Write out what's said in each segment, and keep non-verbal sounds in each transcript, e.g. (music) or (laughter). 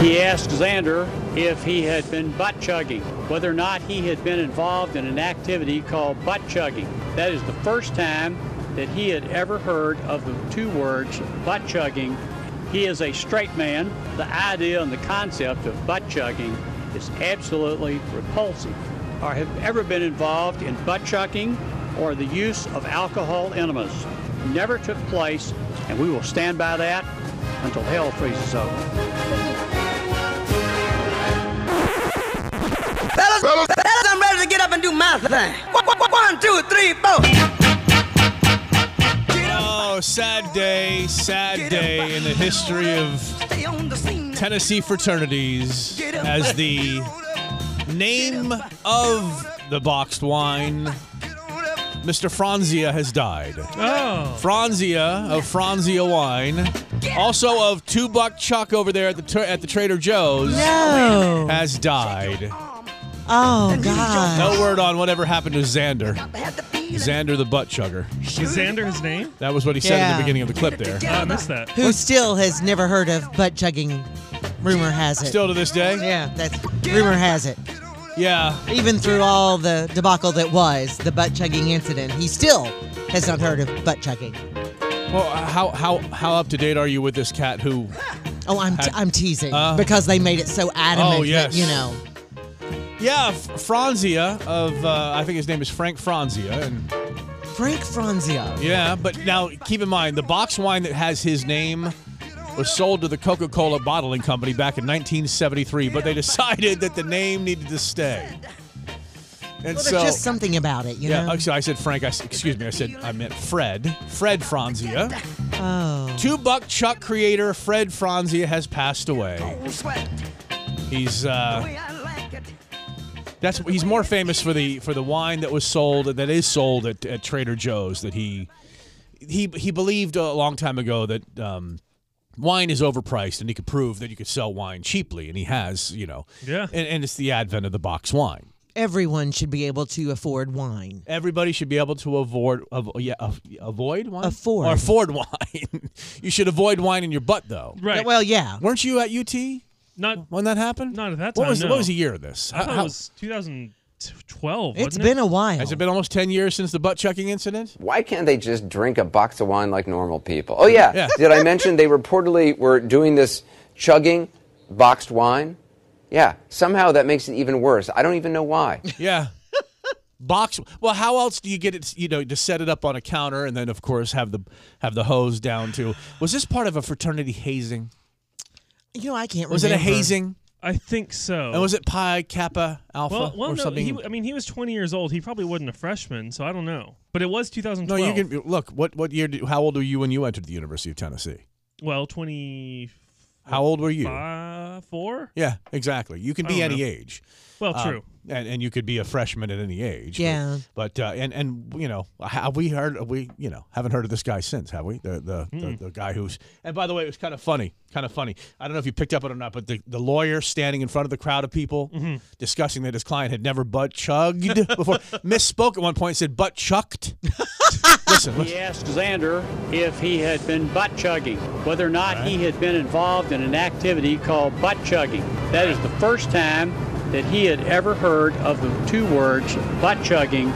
He asked Xander if he had been butt chugging, whether or not he had been involved in an activity called butt chugging. That is the first time that he had ever heard of the two words butt chugging. He is a straight man. The idea and the concept of butt chugging is absolutely repulsive. Or have ever been involved in butt chugging or the use of alcohol enemas. Never took place, and we will stand by that until hell freezes over. Fellas, fellas, fellas, I'm ready to get up and do my thing. One, one, one, two, three, four. Oh, sad day, sad day in the history of Stay on the scene. Tennessee fraternities as the name of the boxed wine. Mr. Franzia has died. Oh. Franzia of Franzia Wine, also of Two Buck Chuck over there at the tur- at the Trader Joe's, No. has died. (laughs) Oh, God. No word on whatever happened to Xander. Had the feeling. Xander the butt chugger. Is Xander his name? That was what he said at Yeah. the beginning of the clip there. Oh, I missed that. Who still has never heard of butt chugging? Rumor has it. Still to this day? Yeah, that's rumor has it. Yeah. Even through all the debacle that was the butt chugging incident, he still has not heard of butt chugging. Well, uh, how how how up to date are you with this cat who Oh, I'm, t- Had- I'm teasing Uh. because they made it so adamant Oh, yes. that, you know. Yeah, F- Franzia of uh, I think his name is Frank Franzia, and Frank Franzia. yeah. But now keep in mind the box wine that has his name was sold to the Coca-Cola bottling company back in 1973, but they decided that the name needed to stay. And Well, there's so just something about it, you yeah, know. actually I said Frank. I s- excuse me. I said I meant Fred. Fred Franzia, Oh, two buck Chuck creator Fred Franzia has passed away. Don't sweat He's uh, the way I like it. That's he's more famous for the for the wine that was sold that is sold at, at Trader Joe's that he he he believed a long time ago that um, wine is overpriced and he could prove that you could sell wine cheaply and he has you know Yeah. and, and it's the advent of the box wine. everyone should be able to afford wine. Everybody should be able to avoid av- yeah, av- avoid wine Afford. or afford wine. (laughs) you should avoid wine in your butt though. Right. Well, yeah. Weren't you at UT not. when that happened? Not at that What time, was the- no. what was the year of this? I thought How- it was 2012. It's wasn't been it? a while. has it been almost ten years since the butt chucking incident? Why can't they just drink a box of wine like normal people? Oh, yeah. Yeah. Did I mention they reportedly were doing this chugging boxed wine? Yeah. Somehow that makes it even worse. I don't even know why. Yeah. Box. Well, how else do you get it? You know, to set it up on a counter, and then of course have the have the hose down to. Was this part of a fraternity hazing? You know, I can't Was remember. it a hazing? I think so. And was it Pi Kappa Alpha well, well, or no, something? He, w- I mean, he was 20 years old. He probably wasn't a freshman, so I don't know. But it was no, 2012. you can look. What what year? Did, how old were you when you entered the University of Tennessee? Well, 25, How old were you? four. Yeah, exactly. You can be don't any know. age. Well, Uh, true. and, and you could be a freshman at any age. but- Yeah. But, uh, and and you know, have we heard we you know haven't heard of this guy since, have we? The the, Hmm. the, the guy who's and by the way, it was kind of funny, kind of funny. I don't know if you picked up on it or not, but the, the lawyer standing in front of the crowd of people Mm-hmm. discussing that his client had never butt chugged (laughs) before misspoke at one point, said butt chucked. listen, listen. He asked Xander if he had been butt chugging, whether or not he had been involved in an activity called butt chugging. That is the first time that he had ever heard of the two words butt chugging.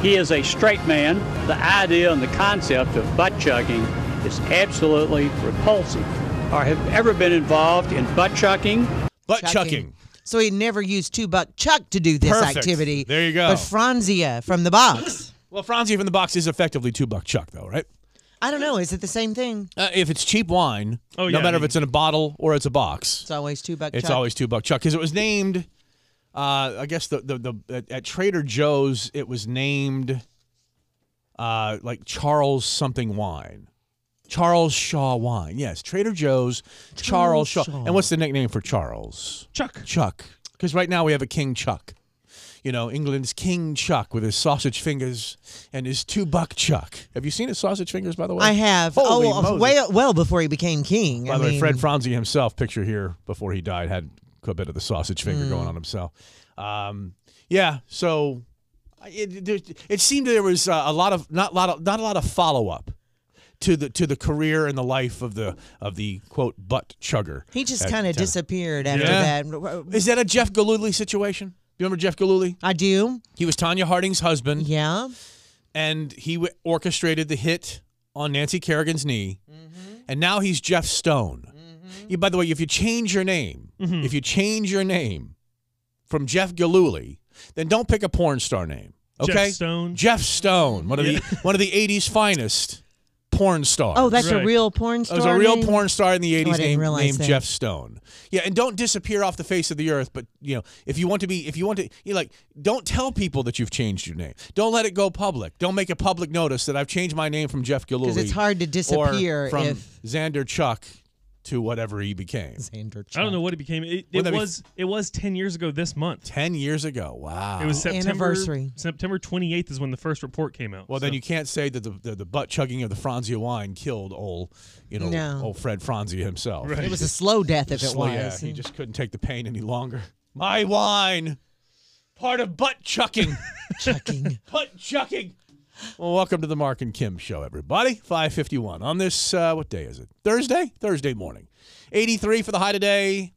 He is a straight man. The idea and the concept of butt chugging is absolutely repulsive. Or have ever been involved in butt chugging butt chucking. So he never used two buck chuck to do this Perfect. activity. There you go. But Franzia from the box. Well, Franzi from the box is effectively two buck chuck though, right? I don't know. Is it the same thing? Uh, if it's cheap wine, Oh, no yeah, I matter if mean- it's in a bottle or it's a box, It's always two buck. It's chuck. always two buck chuck because it was named. Uh, I guess the the, the at, at Trader Joe's it was named, uh, like Charles something wine, Charles Shaw wine. Yes, Trader Joe's Charles, Charles Shaw. Shaw. And what's the nickname for Charles? Chuck. Chuck. Because right now we have a King Chuck. You know England's King Chuck with his sausage fingers and his two buck chuck. Have you seen his sausage fingers by the way? I have. Holy oh, Moses. well, well before he became king. By I the way, mean, Fred Franzi himself, picture here before he died, had a bit of the sausage finger Hmm. going on himself. Um, yeah, so I- it, there- it seemed there was uh, a lot of not lot of, not a lot of follow up to the to the career and the life of the of the quote butt chugger. He just at kind of Tennessee. disappeared after Yeah. that. Is that a Jeff Galooly situation? Do you remember Jeff Galooly? I do. He was Tanya Harding's husband, Yeah. and he w- orchestrated the hit on Nancy Kerrigan's knee, Mm-hmm. and now he's Jeff Stone. You, by the way, if you change your name, Mm-hmm. if you change your name from Jeff Galooly, then don't pick a porn star name. Okay, Jeff Stone. Jeff Stone, one of the one of the '80s finest porn stars. Oh, that's a Right. real porn It star. was a real name? porn star in the 80s Oh, didn't named, realize named that. Jeff Stone. Yeah, and don't disappear off the face of the earth, but you know, if you want to be if you want to you know, like don't tell people that you've changed your name. Don't let it go public. Don't make a public notice that I've changed my name from Jeff Gillooly. 'Cause it's hard to disappear or from if- Xander Chuck to whatever he became. Xander I don't Chuck. know what it became. It, Wouldn't it that be- was it was ten years ago this month. 10 years ago. Wow. It was September Anniversary. September twenty eighth is when the first report came out. well, then you can't say that the, the, the butt chugging of the Franzia wine killed old, you know, No. old Fred Franzia himself. Right. It was a slow death if it Sl- was. Yeah, he (laughs) just couldn't take the pain any longer. My wine, part of butt (laughs) chucking, Chucking. butt chucking. Well, welcome to the Mark and Kim show, everybody. Five fifty-one on this uh, what day is it? Thursday, Thursday morning. Eighty-three for the high today.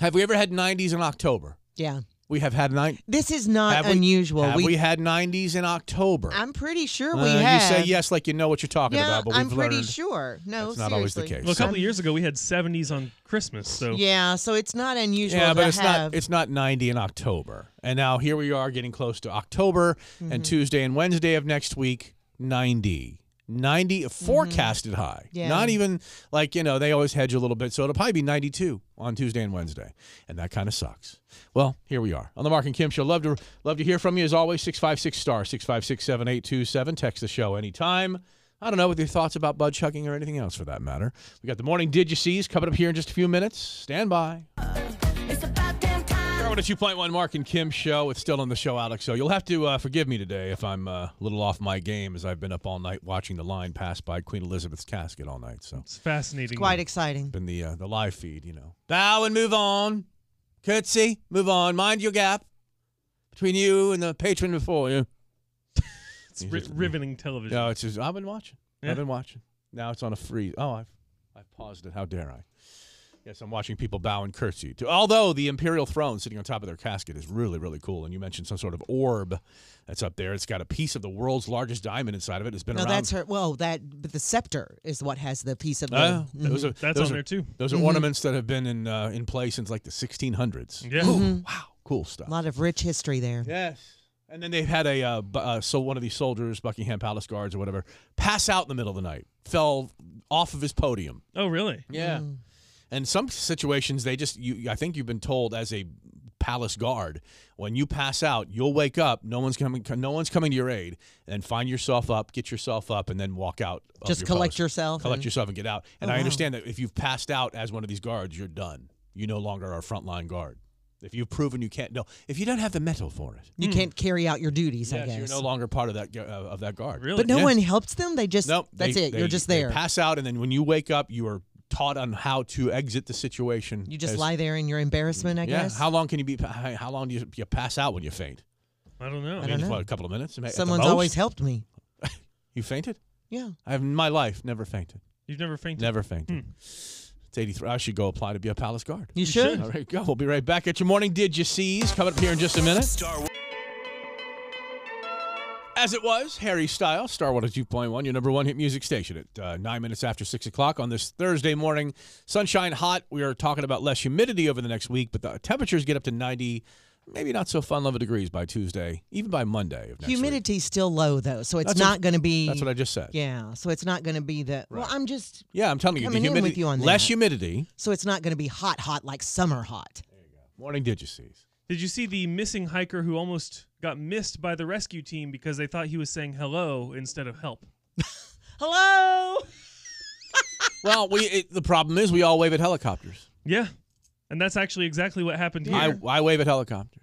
Have we ever had nineties in October? Yeah. We have had nine. This is not Have we- unusual. have we, had nineties in October? I'm pretty sure we Uh, have. You say yes, like you know what you're talking Yeah, about, but I'm we've pretty learned sure. No, that's not always the seriously. case. well, a couple of years ago we had seventies on Christmas. So Yeah, so it's not unusual Yeah, but to it's have. not it's not 90 in October. And now here we are getting close to October Mm-hmm. and Tuesday and Wednesday of next week 90. 90 forecasted high. Mm-hmm. Yeah. Not even like, you know, they always hedge a little bit. So it'll probably be 92 on Tuesday and Wednesday. And that kind of sucks. Well, here we are. On the Mark and Kim show. Love to love to hear from you as always 656 star 6567827 text the show anytime. I don't know with your thoughts about bud chugging or anything else for that matter. We got the morning did you see's coming up here in just a few minutes. Stand by. It's about damn time. Starwood at 2.1 Mark and Kim show. It's still on the show, Alex. So you'll have to uh, forgive me today if I'm uh, a little off my game as I've been up all night watching the line pass by Queen Elizabeth's casket all night. So it's fascinating. Quite exciting. been the uh, the live feed, you know. Bow and move on. Curtsy, move on. Mind your gap between you and the patron before you. it's ri- riveting television. No, it's just I've been watching. Yeah. I've been watching. Now it's on a freeze. Oh, I've I've paused it. How dare I? Yes, I'm watching people bow and curtsy. To, although the imperial throne sitting on top of their casket is really really cool, and you mentioned some sort of orb that's up there. It's got a piece of the world's largest diamond inside of it. It's been No, around. that's her. Well, that but the scepter is what has the piece of the. Uh, Mhm. those are, Mm-hmm. That's those on are- there, too. Those Mm-hmm. are ornaments that have been in uh, in play since like the 1600s. Yeah. Mm-hmm. Ooh, wow, cool stuff. a lot of rich history there. Yes. And then they've had a uh, bu- uh, so one of these soldiers, Buckingham Palace guards or whatever, pass out in the middle of the night, fell off of his podium. Oh, really? Yeah. Mm. And some situations they just you I think you've been told as a palace guard when you pass out you'll wake up no one's coming no one's coming to your aid and find yourself up get yourself up and then walk out of Just your collect palace. yourself collect and- Uh-huh. yourself and get out and I understand that if you've passed out as one of these guards you're done you no longer are a frontline guard if you've proven you can't no if you don't have the metal for it You can't carry out your duties, I Yes, guess. Hmm. you're no longer part of that gu- uh, of that guard. Really? but no Yeah. one helps them. They just. Nope. that's they- it. You're they- just they there. pass out, and then when you wake up, you are taught on how to exit the situation. You just as- lie there in your embarrassment, I Yeah. guess. How long can you be? pa- How how long do you, you pass out when you faint? I don't know. I don't Just, know. what, a couple of minutes. At the Someone's most? always helped me. You fainted? Yeah. I have in my life never fainted. You've never fainted. Never fainted. It's 83. I should go apply to be a palace guard. Hmm. You should. All right, go. We'll be right back at your morning. Did you see's coming up here in just a minute? As it was, Harry Styles, Star Wars 2.1, your number one hit music station at uh, nine minutes after six o'clock on this Thursday morning. Sunshine hot. We are talking about less humidity over the next week, but the temperatures get up to 90, maybe not so fun level degrees by Tuesday, even by Monday of next week. Humidity's still low though, so it's That's what- not going to be. That's what I just said. Yeah, so it's not going to be the. Well, I'm just. Yeah, I'm telling you, the Coming in with humidity, you on less that. humidity. So it's not going to be hot, hot like summer hot. Morning did you see? Did you see the missing hiker who almost got missed by the rescue team because they thought he was saying hello instead of help? Hello. Well, we it, the problem is we all wave at helicopters. Yeah. And that's actually exactly what happened here. I, I wave at helicopters.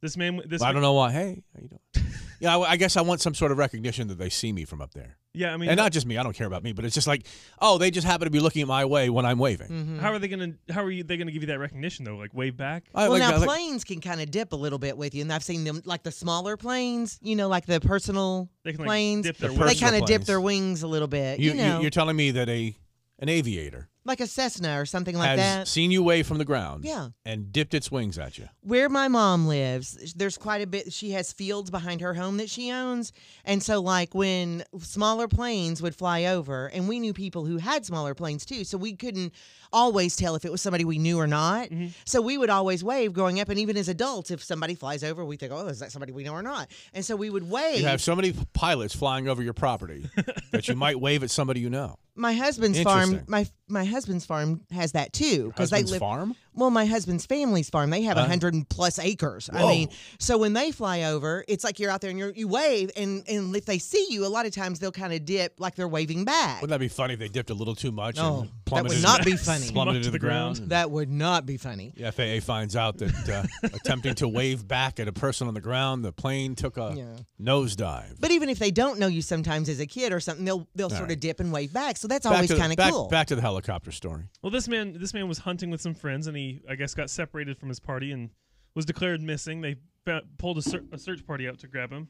this man, this I don't know why. Hey, how you doing? Yeah, I, I guess I want some sort of recognition that they see me from up there. Yeah, I mean, and not just me. I don't care about me, but it's just like, oh, they just happen to be looking my way when I'm waving. Mm. Mm-hmm. how are they gonna how are you, they gonna give you that recognition though? Like wave back? I, Well, like, now I like- planes can kind of dip a little bit with you, and I've seen them like the smaller planes, you know, like the personal They can like planes. dip their The wings. they personal kind of dip planes. their wings a little bit, you, you, know, are telling me that a an aviator like a Cessna or something has like that. seen you wave from the ground, Yeah. and dipped its wings at you. where my mom lives, there's quite a bit. She has fields behind her home that she owns. And so, like, when smaller planes would fly over, and we knew people who had smaller planes too, so we couldn't always tell if it was somebody we knew or not. Mm-hmm. So, we would always wave growing up. And even as adults, if somebody flies over, we think, oh, is that somebody we know or not? And so, we would wave. You have so many pilots flying over your (laughs) property that you might wave at somebody you know. my husband's farm, Interesting. my my husband's farm has that too. Because they Husband's live. farm. Well, my husband's family's farm, they Uh-huh. have a 100 plus acres. I mean, so when they fly over, it's like you're out there and you're, you wave, and, and if they see you, a lot of times they'll kind of dip like they're waving back. Wouldn't that be funny if they dipped a little too much? No, and that would plummeted to not the- be (laughs) funny. Plummeted to the ground. that would not be funny. The FAA finds out that uh, (laughs) attempting to wave back at a person on the ground, the plane took a Yeah. nosedive. But even if they don't know you sometimes as a kid or something, they'll they'll sort right. of dip and wave back. So that's Back always to the- kind of back- cool. Back to the helicopter story. Well, this man this man was hunting with some friends, and he I guess got separated from his party and was declared missing. They fa- pulled a, ser- a search party out to grab him,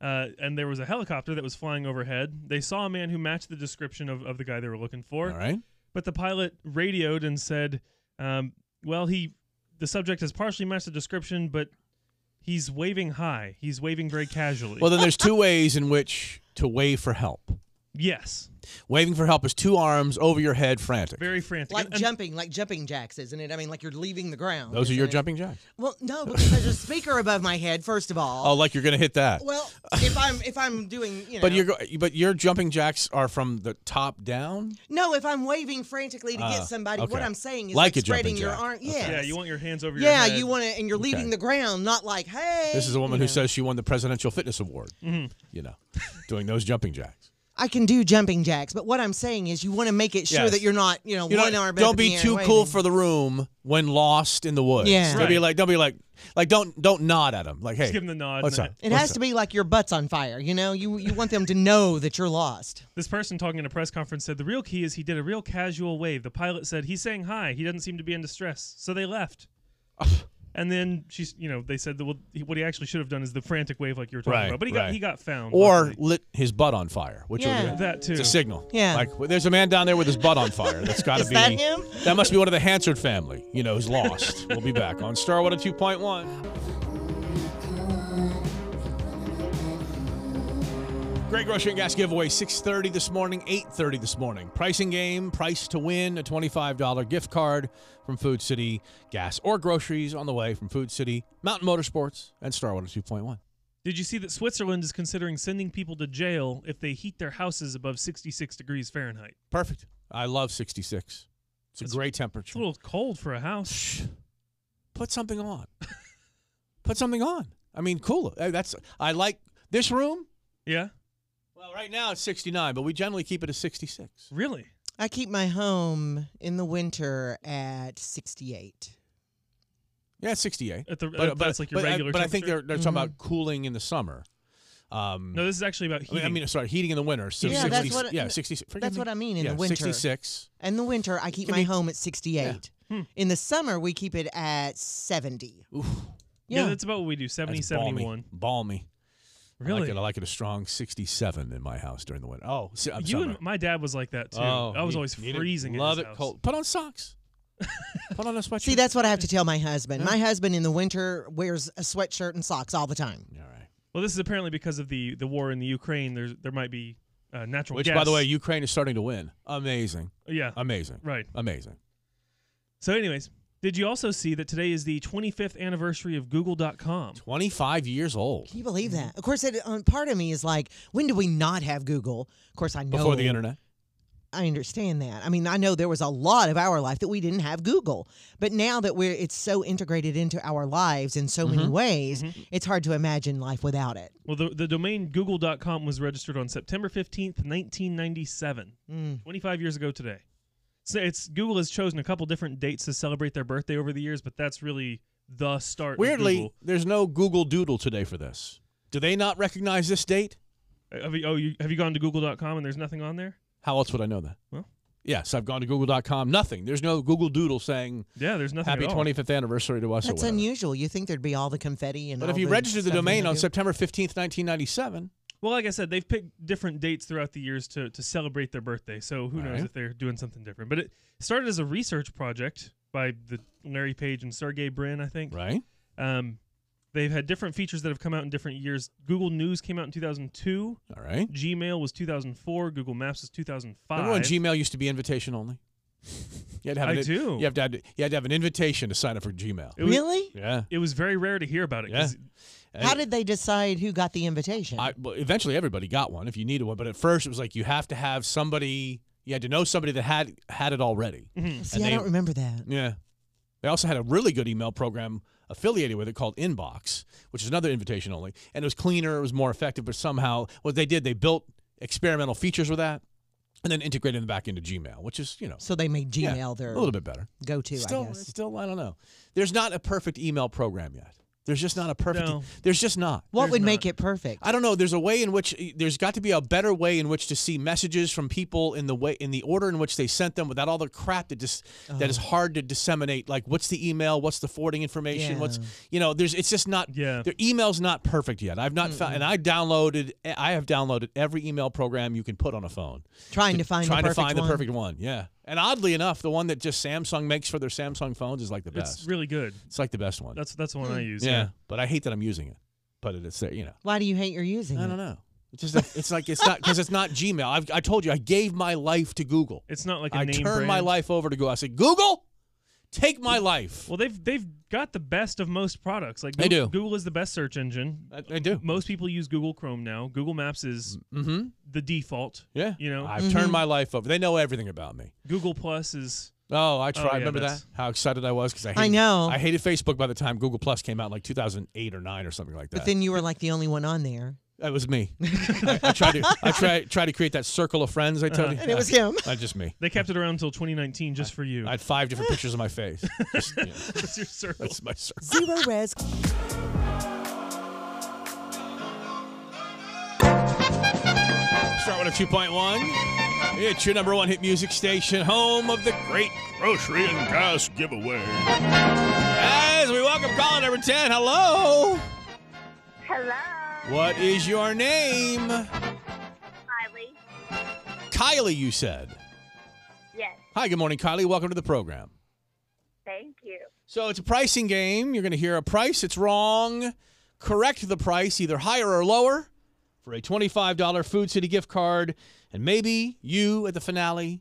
uh, and there was a helicopter that was flying overhead. They saw a man who matched the description of, of the guy they were looking for, All (laughs) right. but the pilot radioed and said, um, "Well, he the subject has partially matched the description, but." He's waving high. He's waving very casually. Well, then there's two ways in which to wave for help. yes, Waving for help is two arms over your head, frantic. very frantic. like And- and- jumping, like jumping jacks, isn't it? I mean, like you're leaving the ground. Those are your isn't it? jumping jacks. Well, no, because there's a speaker above my head. First of all, Oh, like you're gonna hit that. (laughs) well, if I'm if I'm doing, you know, But you're go- but your jumping jacks are from the top down. No, if I'm waving frantically to Ah, get somebody, okay. what I'm saying is Like like, a jumping spreading your jack. arm. Okay. Yes. yeah, you want your hands over your Yeah, head. you want to, and you're leaving Okay. the ground, not like, hey. This is a woman you who know. says she won the presidential fitness award. You know, doing those jumping jacks. I can do jumping jacks, but what I'm saying is, you want to make it sure Yes. that you're not, you know, You know, one arm. up don't in the be air too waving. cool for the room when lost in the woods. Yeah. Don't be Right. like don't be like like don't don't nod at them. Like hey, give 'em the nod What's and up? the- It What's has up? to be like your butt's on fire. You know, you you want them to know that you're lost. This person talking in a press conference said the real key is he did a real casual wave. The pilot said he's saying hi. He doesn't seem to be in distress, so (laughs) they left. and then she's, you know, they said that well, he, what he actually should have done is the frantic wave like you were talking Right, about. But he right. got he got found. Or luckily. lit his butt on fire, which will Yeah. be- that too. It's a signal. Yeah. Like well, there's a man down there with his butt on fire. (laughs) That's got to Is be that him? That must be one of the Hansard family. You know, who's lost. we'll be back on Star oh Starwater 2.1. Greg Grocery and Gas giveaway 6:30 this morning, 8:30 this morning. Pricing game, price to win, a $25 gift card from Food City Gas or groceries on the way from Food City, Mountain Motorsports, and oh Starwater 2.1. Did you see that Switzerland is considering sending people to jail if they heat their houses above 66 degrees Fahrenheit? Perfect. I love 66. It's a That's- great It's temperature. a little cold for a house. (sighs) Shh. Put something on. Put something on. I mean, cool. Uh, That's I like this room. Yeah, Well, right now it's 69, but we generally keep it at 66. really. I keep my home in the winter at 68. Yeah, it's 68. At the- at- that's like your but I- regular But I think they're temperature? Mm-hmm. they're talking about cooling in the summer. Um, No, this is actually about I mean, heating. I mean, sorry, heating in the winter. So Yeah, 60, that's what- yeah, 66. forgive that's me. what I mean, in yeah, the winter. 66. In the winter, I keep Can my you- home at 68. Hmm. In the summer, we keep it at 70. yeah. Yeah. that's about what we do. 70, That's balmy, 71. Balmy. I Really? like, it, I like it a strong 67 in my house during the winter. Oh, si- I'm you summer. and my dad was like that too. Oh, I was need- always need it- freezing. in Love his it house. cold. Put on socks. Put on a sweatshirt. See, that's what I have to tell my husband. My husband in the winter wears a sweatshirt and socks all the time. All right. Well, this is apparently because of the the war in the Ukraine. There's there might be uh, natural Which, gas. Uh, by the way, Ukraine is starting to win. Amazing, yeah, amazing, right. amazing. So, anyways, did you also see that today is the 25th anniversary of Google.com? Twenty-five years old Can you believe that? Of course, it, um, part of me is like, when do we not have Google? Of course, I know. before the internet. I understand that. I mean, I know there was a lot of our life that we didn't have Google, but now that we're it's so integrated into our lives in so Mm-hmm. many ways, it's hard to imagine life without it. Well, the, the domain Google.com was registered on September 15th, 1997, 25 years ago today. So it's Google has chosen a couple different dates to celebrate their birthday over the years, but that's really the start. of Weirdly, Google. there's no Google Doodle today for this. Do they not recognize this date? Have you, oh, you, have you gone to Google.com and there's nothing on there? How else would I know that? Well. yes, I've gone to Google.com. Nothing. There's no Google Doodle saying Yeah, there's nothing. happy at all. 25th anniversary to us. That's or whatever. unusual. You think there'd be all the confetti and But all if you the registered the stuff in domain the on Google- September 15th, 1997, Well, like I said, they've picked different dates throughout the years to, to celebrate their birthday. So who knows Alright. if they're doing something different. But it started as a research project by the Larry Page and Sergey Brin, I think. right? Um, they've had different features that have come out in different years. Google News came out in 2002. All right. Gmail was 2004. Google Maps was 2005. Remember when Gmail used to be invitation only? You had to have I an, do. You have to have, you had to have an invitation to sign up for Gmail. It was, Really? yeah. It was very rare to hear about it. 'cause- How did they decide who got the invitation? I, well, eventually everybody got one if you needed one, but at first it was like you have to have somebody. You had to know somebody that had had it already. Mm-hmm. See, and I they- don't remember that. Yeah. They also had a really good email program affiliated with it called Inbox, which is another invitation only. And it was cleaner, it was more effective, but somehow what they did, they built experimental features with that and then integrated them back into Gmail, which is, you know, So they made yeah, Gmail their a little bit better. go-to. still, uh, I guess. still, I don't know. There's not a perfect email program yet. There's just not a perfect. e-, No. There's just not. What There's would make not. it perfect? I don't know. There's a way in which e, there's got to be a better way in which to see messages from people in the way in the order in which they sent them without all the crap that just that Oh. is hard to disseminate. Like what's the email? What's the forwarding information? What's Yeah. you know? There's it's just not. Yeah. Their email's not perfect yet. I've not found and I downloaded I have downloaded every email program you can put on a phone. trying to find Trying the to perfect find one. the perfect one. Yeah. And oddly enough, the one that just Samsung makes for their Samsung phones is like the best. It's really good. It's like the best one. That's that's the one I use. Hmm. yeah. But I hate that I'm using it. But it's there, you know. Why do you hate your using I it? don't know. It's just a, it's like it's not because it's not Gmail. I've, I told you I gave my life to Google. It's not like a I name turned my brand. life over to Google. I said, Google, take my life. Well, they've they've got the best of most products. Like They Google, do. Google is the best search engine. I- they do. Most people use Google Chrome now. Google Maps is mm-hmm. the default. Yeah. You know, I've turned my life over. They know everything about me. Google Plus is Oh, I tried. yeah, Remember that? that's- How excited I was because I, I hated- know. I hated Facebook by the time Google Plus came out, in like 2008 or nine or something like that. But then you were like the only one on there. that was me. I, I tried to I try try to create that circle of friends. I told you, Uh-huh. And it was him. Not just me. they kept it around until 2019 just for you. I had five different pictures of my face. Just, you know, (laughs) That's your circle. that's my circle. Zero (laughs) res. Start with a 2.1. It's your number one hit music station, home of the great grocery and gas giveaway. As we welcome caller number 10, hello. Hello, What is your name? Kylie. Kylie, you said. Yes, Hi, good morning, Kylie. Welcome to the program. thank you. So it's a pricing game. You're going to hear a price. It's wrong. Correct the price, either higher or lower, for a $25 Food City gift card. And maybe you at the finale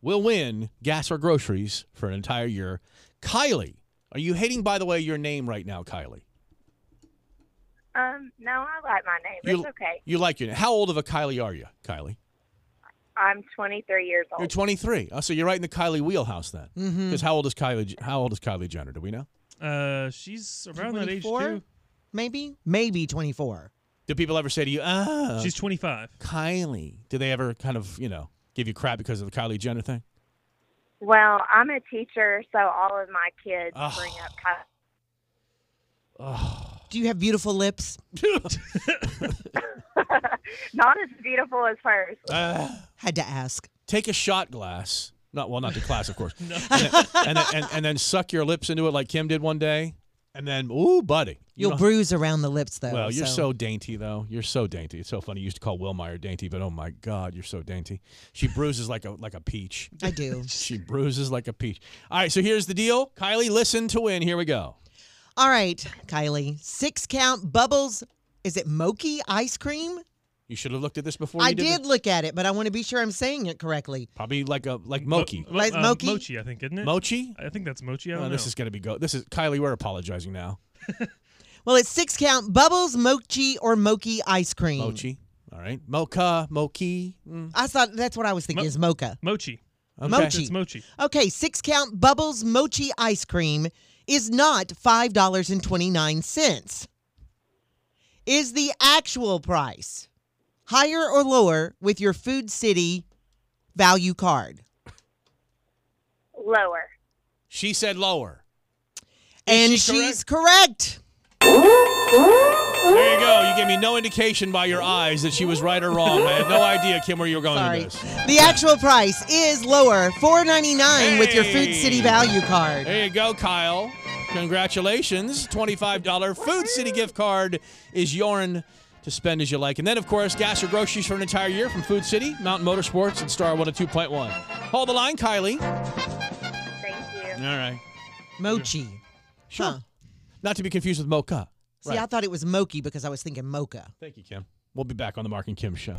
will win gas or groceries for an entire year. Kylie, are you hating, by the way, your name right now, Kylie? Um, no, I like my name. You, it's okay. You like your name. How old of a Kylie are you, Kylie? I'm 23 years You're old. 23. Oh, so you're right in the Kylie wheelhouse then. Because how old is Kylie? How old is Kylie Jenner? Do we know? Uh, she's around that age 24? too. Maybe? Maybe 24. Do people ever say to you, "Ah, She's 25. Kylie. Do they ever kind of, you know, give you crap because of the Kylie Jenner thing? well, I'm a teacher, so all of my kids Ugh. bring up Kylie. Do you have beautiful lips? Not as beautiful as hers. Had to ask. Take a shot glass. Not well, not to class, (laughs) of course. and, then, and, then, and, and then suck your lips into it like Kim did one day, and then ooh, buddy, you You'll don't- bruise around the lips, though. Well, you're so. dainty though. You're so dainty. It's so funny. You used to call Will Meyer dainty, but oh my God, you're so dainty. She bruises like a like a peach. I do. (laughs) She bruises like a peach. All right, so here's the deal. Kylie, listen to win. Here we go. All right, Kylie. Six count bubbles. Is it mochi ice cream? You should have looked at this before. I you did. did this. look at it, but I want to be sure I'm saying it correctly. Probably like a like (laughs) mochi. Mo- Like uh, Mochi? Mochi, I think, isn't it? Mochi. I think that's Mochi. I Oh, don't know. this is gonna be go. This is Kylie. We're apologizing now. Well, it's six count bubbles, mochi, or mochi ice cream. Mochi. All right. Mocha. Mochi. Mm. I thought that's what I was thinking Mo- is mocha. Mochi. Okay. Mochi. It's Mochi. Okay, six count bubbles mochi ice cream is not $5.29. Is the actual price higher or lower with your Food City value card? Lower. Uh. She said lower. and she she's correct. There you go. You gave me no indication by your eyes that she was right or wrong. I (laughs) had no idea, Kim, where you were going Sorry. with this. The actual price is lower, four ninety nine with your Food City Hey. value card. There you go, Kyle. Congratulations. $25 Food City gift card is yours to spend as you like. And then, of course, gas or groceries for an entire year from Food City, Mountain Motorsports, and Star 102.1. Hold the line, Kylie. All Thank you. right. Mochi. Sure. Huh. Not to be confused with Mocha. See, Right. I thought it was Mochi because I was thinking mocha. (laughs) Thank you, Kim. We'll be back on the Mark and Kim show.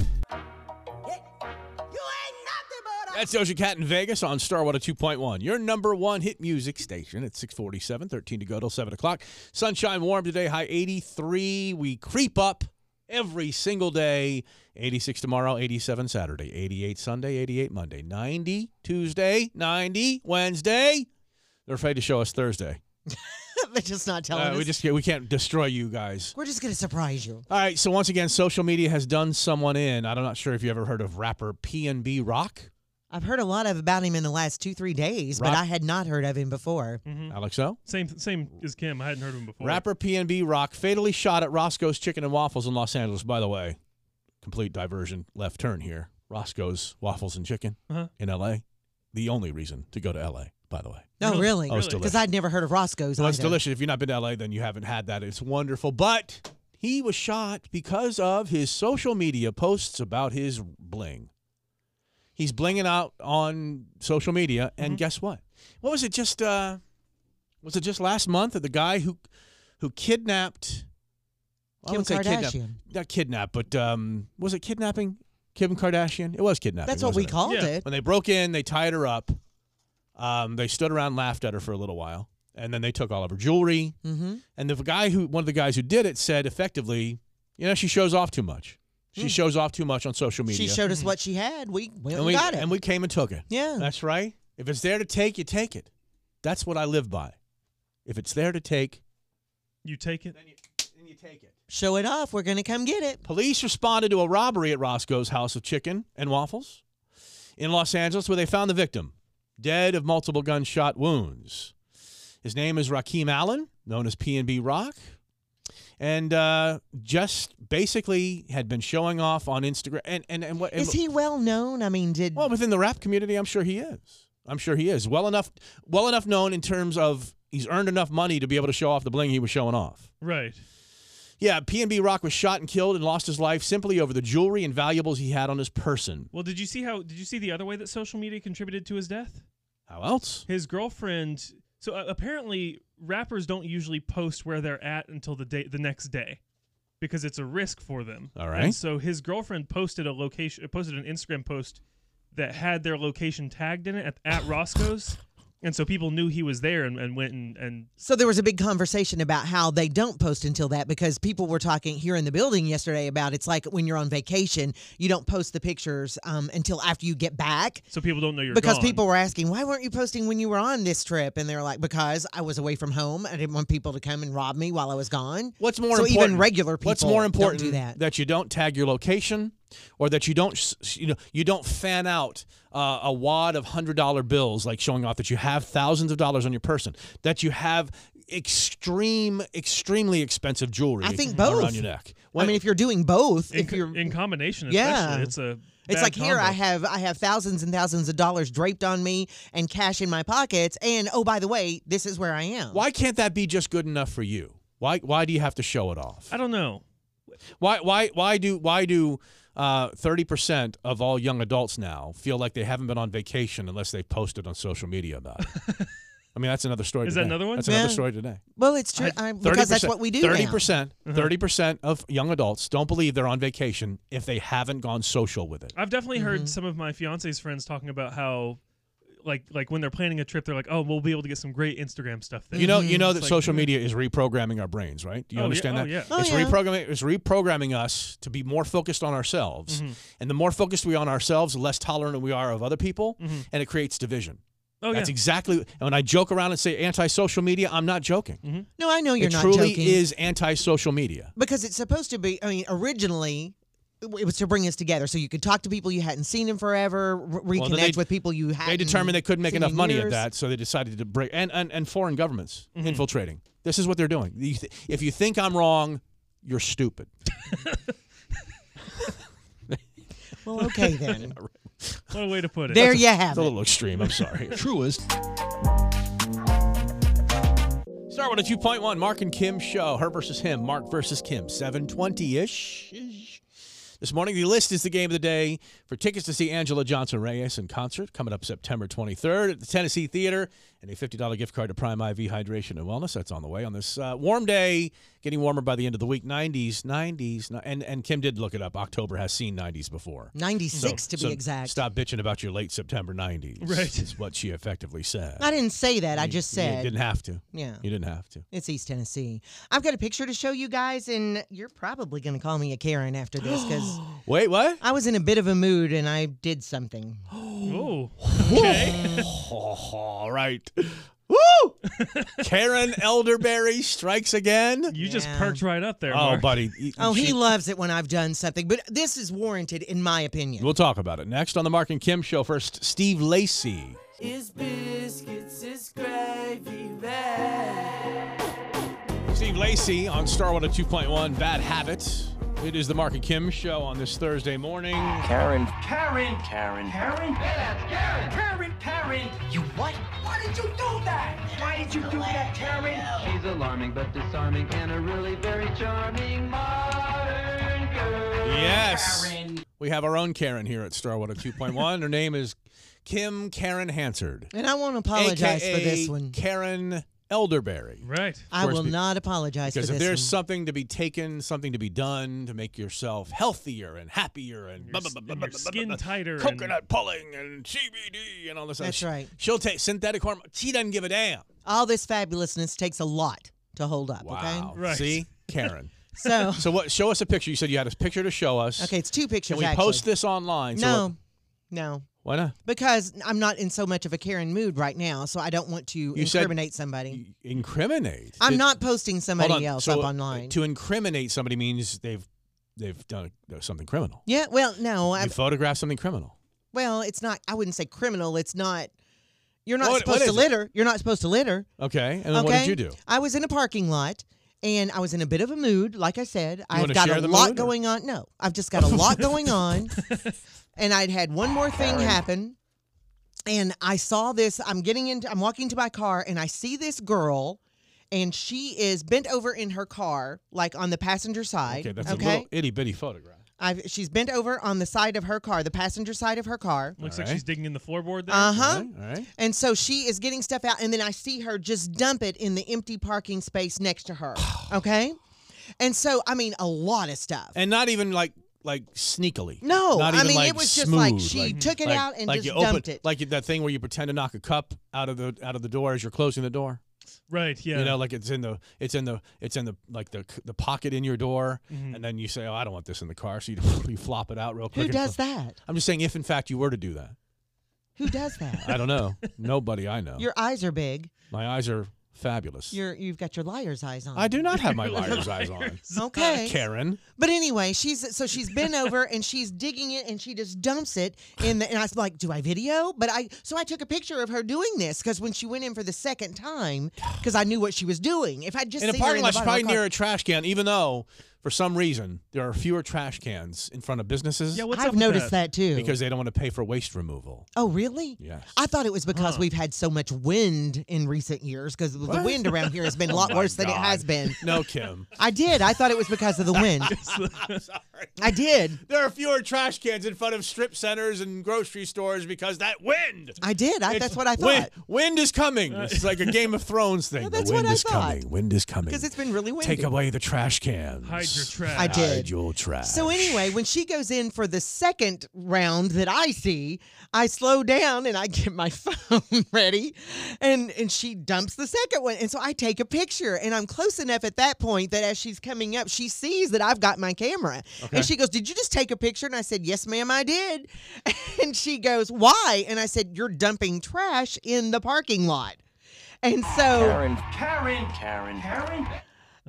That's Doja Cat in Vegas on Star Water 2.1, your number one hit music station at 647, 13 to go till 7 o'clock. Sunshine warm today, high 83. We creep up every single day. 86 tomorrow, 87 Saturday, 88 Sunday, 88 Monday, 90 Tuesday, 90 Wednesday. They're afraid to show us Thursday. They're just not telling Uh, us. we just we can't destroy you guys. We're just gonna surprise you. All right, so once again, social media has done someone in. I'm not sure if you ever heard of rapper PNB Rock. I've heard a lot of about him in the last two, three days, but Rob- I had not heard of him before. Mm. Alex O. Same same as Kim. I hadn't heard of him before. Rapper PNB Rock fatally shot at Roscoe's Chicken and Waffles in Los Angeles. By the way, complete diversion, left turn here. Roscoe's Waffles and Chicken Uh-huh. in L.A. The only reason to go to L.A. By the way, No, Really? really, Oh, it's because delicious. I'd never heard of Roscoe's. well, it's either. delicious. If you've not been to L.A., then you haven't had that. It's wonderful. But he was shot because of his social media posts about his bling. He's blinging out on social media, and Mm-hmm. guess what? What was it? Just uh, was it just last month that the guy who who kidnapped I Kim wouldn't say Kardashian. kidnapped, not kidnapped, but um, was it kidnapping Kim Kardashian? It was kidnapping. That's what wasn't we it? called Yeah. it. When they broke in, they tied her up. Um, they stood around, laughed at her for a little while, and then they took all of her jewelry. Mm-hmm. And the guy who, one of the guys who did it, said effectively, you know, she shows off too much. She shows off too much on social media. Mm. Mm. She showed us what she had. We went and and we got it. and we came and took it. yeah. That's right. If it's there to take, you take it. That's what I live by. If it's there to take, You take it. then you take it. Show it off. We're gonna come get it. Police responded to a robbery at Roscoe's House of Chicken and Waffles in Los Angeles, where they found the victim dead of multiple gunshot wounds. His name is Rakeem Allen, known as PNB Rock, and uh, just basically had been showing off on Instagram. And and and what? and- Is he well known? I mean, did well, within the rap community, I'm sure he is. I'm sure he is well enough, well enough known in terms of he's earned enough money to be able to show off the bling he was showing off. Right. Yeah, PNB Rock was shot and killed and lost his life simply over the jewelry and valuables he had on his person. Well, did you see how? Did you see the other way that social media contributed to his death? How else? His girlfriend. So uh, apparently, rappers don't usually post where they're at until the day the next day, because it's a risk for them. All right. And so his girlfriend posted a location, posted an Instagram post that had their location tagged in it at, at Roscoe's, and so people knew he was there and, and went and, and so there was a big conversation about how they don't post until that because people were talking here in the building yesterday about it's like when you're on vacation, you don't post the pictures um, until after you get back. so people don't know you're because gone. people were asking, why weren't you posting when you were on this trip? And they're like, because I was away from home. I didn't want people to come and rob me while I was gone. What's more so important? even regular people What's more don't important do that. you don't tag your location, or that you don't s- s- you know you don't fan out uh, a wad of hundred dollar bills like showing off that you have thousands of dollars on your person, that you have extreme extremely expensive jewelry. I think around both. your neck. I mean, if you're doing both, in, if you're in combination, Yeah. especially, it's a It's bad like here combo. I have I have thousands and thousands of dollars draped on me and cash in my pockets and oh by the way this is where I am. why can't that be just good enough for you? Why why do you have to show it off? I don't know. Why why why do why do uh, thirty percent of all young adults now feel like they haven't been on vacation unless they posted on social media about it? (laughs) I mean, that's another story. Is that today. another one? That's another Yeah. story today. Well, it's true I, because that's what we do. now. Thirty percent, Uh-huh. thirty percent of young adults don't believe they're on vacation if they haven't gone social with it. I've definitely Mm-hmm. heard some of my fiance's friends talking about how, like, like when they're planning a trip, they're like, "Oh, we'll be able to get some great Instagram stuff." There. You know, you know that It's like, social mm. media is reprogramming our brains, right? Do you Oh, yeah. understand Oh, that? yeah. Oh, it's yeah. reprogramming. It's reprogramming us to be more focused on ourselves, Mm-hmm. and the more focused we are on ourselves, the less tolerant we are of other people, Mm-hmm. and it creates division. oh yeah, That's exactly. And when I joke around and say anti-social media, I'm not joking. Mm-hmm. No, I know you're it not truly joking. is anti-social media. because it's supposed to be I mean originally it was to bring us together so you could talk to people you hadn't seen in forever, re- Well, reconnect then they- with people you hadn't They determined they couldn't make seen enough in money at years. Mm-hmm. that, so they decided to break. And and, and foreign governments infiltrating. This is what they're doing. You th- If you think I'm wrong, you're stupid. Well, (laughs) okay then. What a way to put it. there you have It's a it. little extreme. I'm (laughs) sorry. Truest. Start with a 2.1 Mark and Kim show. Her versus him. Mark versus Kim. 720-ish. This morning, the list is the game of the day for tickets to see Angela Johnson Reyes in concert coming up September 23rd at the Tennessee Theater and a $50 gift card to Prime IV Hydration and Wellness. That's on the way on this uh, warm day, getting warmer by the end of the week. 90s, 90s. ni- And, and Kim did look it up. October has seen 90s before. 96 to be So exact. Stop bitching about your late September 90s. Right. Is what she effectively said. I didn't say that. I just You said didn't have to. Yeah. You didn't have to. it's East Tennessee. I've got a picture to show you guys, and you're probably going to call me a Karen after (gasps) this because Wait, what? I was in a bit of a mood and I did something. Oh, (laughs) all right. Woo! Karen Elderberry strikes again. you just Yeah. perked right up there. Oh, Mark. buddy. you- Oh, he she- loves it when I've done something, but this is warranted, in my opinion. We'll talk about it next on the Mark and Kim show. First, Steve Lacey. Steve Lacey on oh Starwater 2.1, Bad Habit. It is the Mark and Kim show on this Thursday morning. She's alarming but disarming and a really very charming modern girl. Yes. We have our own Karen here at Starwater 2.1. Her name is Kim Karen Hansard. and I won't apologize for this AKA one. Karen Elderberry. right. I course, will be- not apologize for Because this if there's one. something to be taken, something to be done to make yourself healthier and happier and, blah, blah, blah, blah, and blah, your blah, blah, skin blah, tighter and- coconut pulling and CBD and all this. other That's sh- right. She'll take synthetic hormone. She doesn't give a damn. All this fabulousness takes a lot to hold up, Wow. okay? Right. See, (laughs) Karen. So, (laughs) so what? Show us a picture. You said you had a picture to show us. okay, it's two pictures Can we actually. post this online? So No. what- No. why not? Because I'm not in so much of a Karen mood right now, so I don't want to You said- incriminate somebody. Incriminate. I'm Did- not posting somebody Hold on. else So, up uh, online. To incriminate somebody means they've they've done something criminal. yeah, well, no, I, You photographed something criminal. well, it's not. I wouldn't say criminal. It's not. You're not What- supposed what to is it? litter. You're not supposed to litter. Okay, and then okay. what did you do? I was in a parking lot. And I was in a bit of a mood, like I said. I've wanna got share a the lot mood, or- going on. No, I've just got (laughs) a lot going on. And I'd had one more thing happen. And I saw this. I'm getting into, I'm walking to my car and I see this girl and she is bent over in her car, like on the passenger side. Okay, that's a little itty bitty photograph. I've, she's bent over on the side of her car, the passenger side of her car. Looks All like she's digging in the floorboard there. Uh huh. All right, all right. And so she is getting stuff out, and then I see her just dump it in the empty parking space next (sighs) to her. Okay. And so, I mean, a lot of stuff. and not even like like sneakily. No, Not I even, mean, like, it was just smooth, like she took it out and like just you open, dumped it. Like that thing where you pretend to knock a cup out of the out of the door as you're closing the door. right. Yeah. You know, like it's in the it's in the it's in the like the the pocket in your door, and then you say, "Oh, I don't want this in the car," so you, (laughs) you flop it out real quick. Who and does flop- that? I'm just saying, if in fact you were to do that, Who does that? (laughs) I don't know. Nobody I know. Your eyes are big. My eyes are fabulous. You're, you've got your liar's eyes on. I do (laughs) not have (laughs) my liar's eyes on. Okay. Karen, But anyway, she's so she's bent over and she's digging it and she just dumps it in the and I was like, do I video? But I so I took a picture of her doing this because when she went in for the second time, because I knew what she was doing. If I just in a seen her parking lot, the she's bottom probably of the car- near a trash can, even though for some reason there are fewer trash cans in front of businesses yeah. What's up I've with noticed that? too. because they don't want to pay for waste removal. oh really? Yes. I thought it was because we've had so much wind in recent years because the wind around here has (laughs) been a Oh lot worse than it has been. (laughs) No, Kim. I did. I thought it was because of (laughs) the wind. I'm sorry. I did. There are fewer trash cans in front of strip centers and grocery stores because that wind. I did. I, It's- that's what I Wind, thought. wind is coming. It's like a Game of Thrones thing. No, The that's wind what I is thought. coming. Wind is coming. Because it's been really windy. Take away the trash cans. Hide your trash. I did. Hide your trash. So anyway, when she goes in for the second round that I see, I slow down and I get my (laughs) phone ready, and and she dumps the second one, and so I take a picture, and I'm close enough at that point that as she's coming up, she sees that I've got my camera, and she goes, "Did you just take a picture?" And I said, "Yes, ma'am, I did," (laughs) and she goes, "Why?" And I said, "You're dumping trash in the parking lot," and so.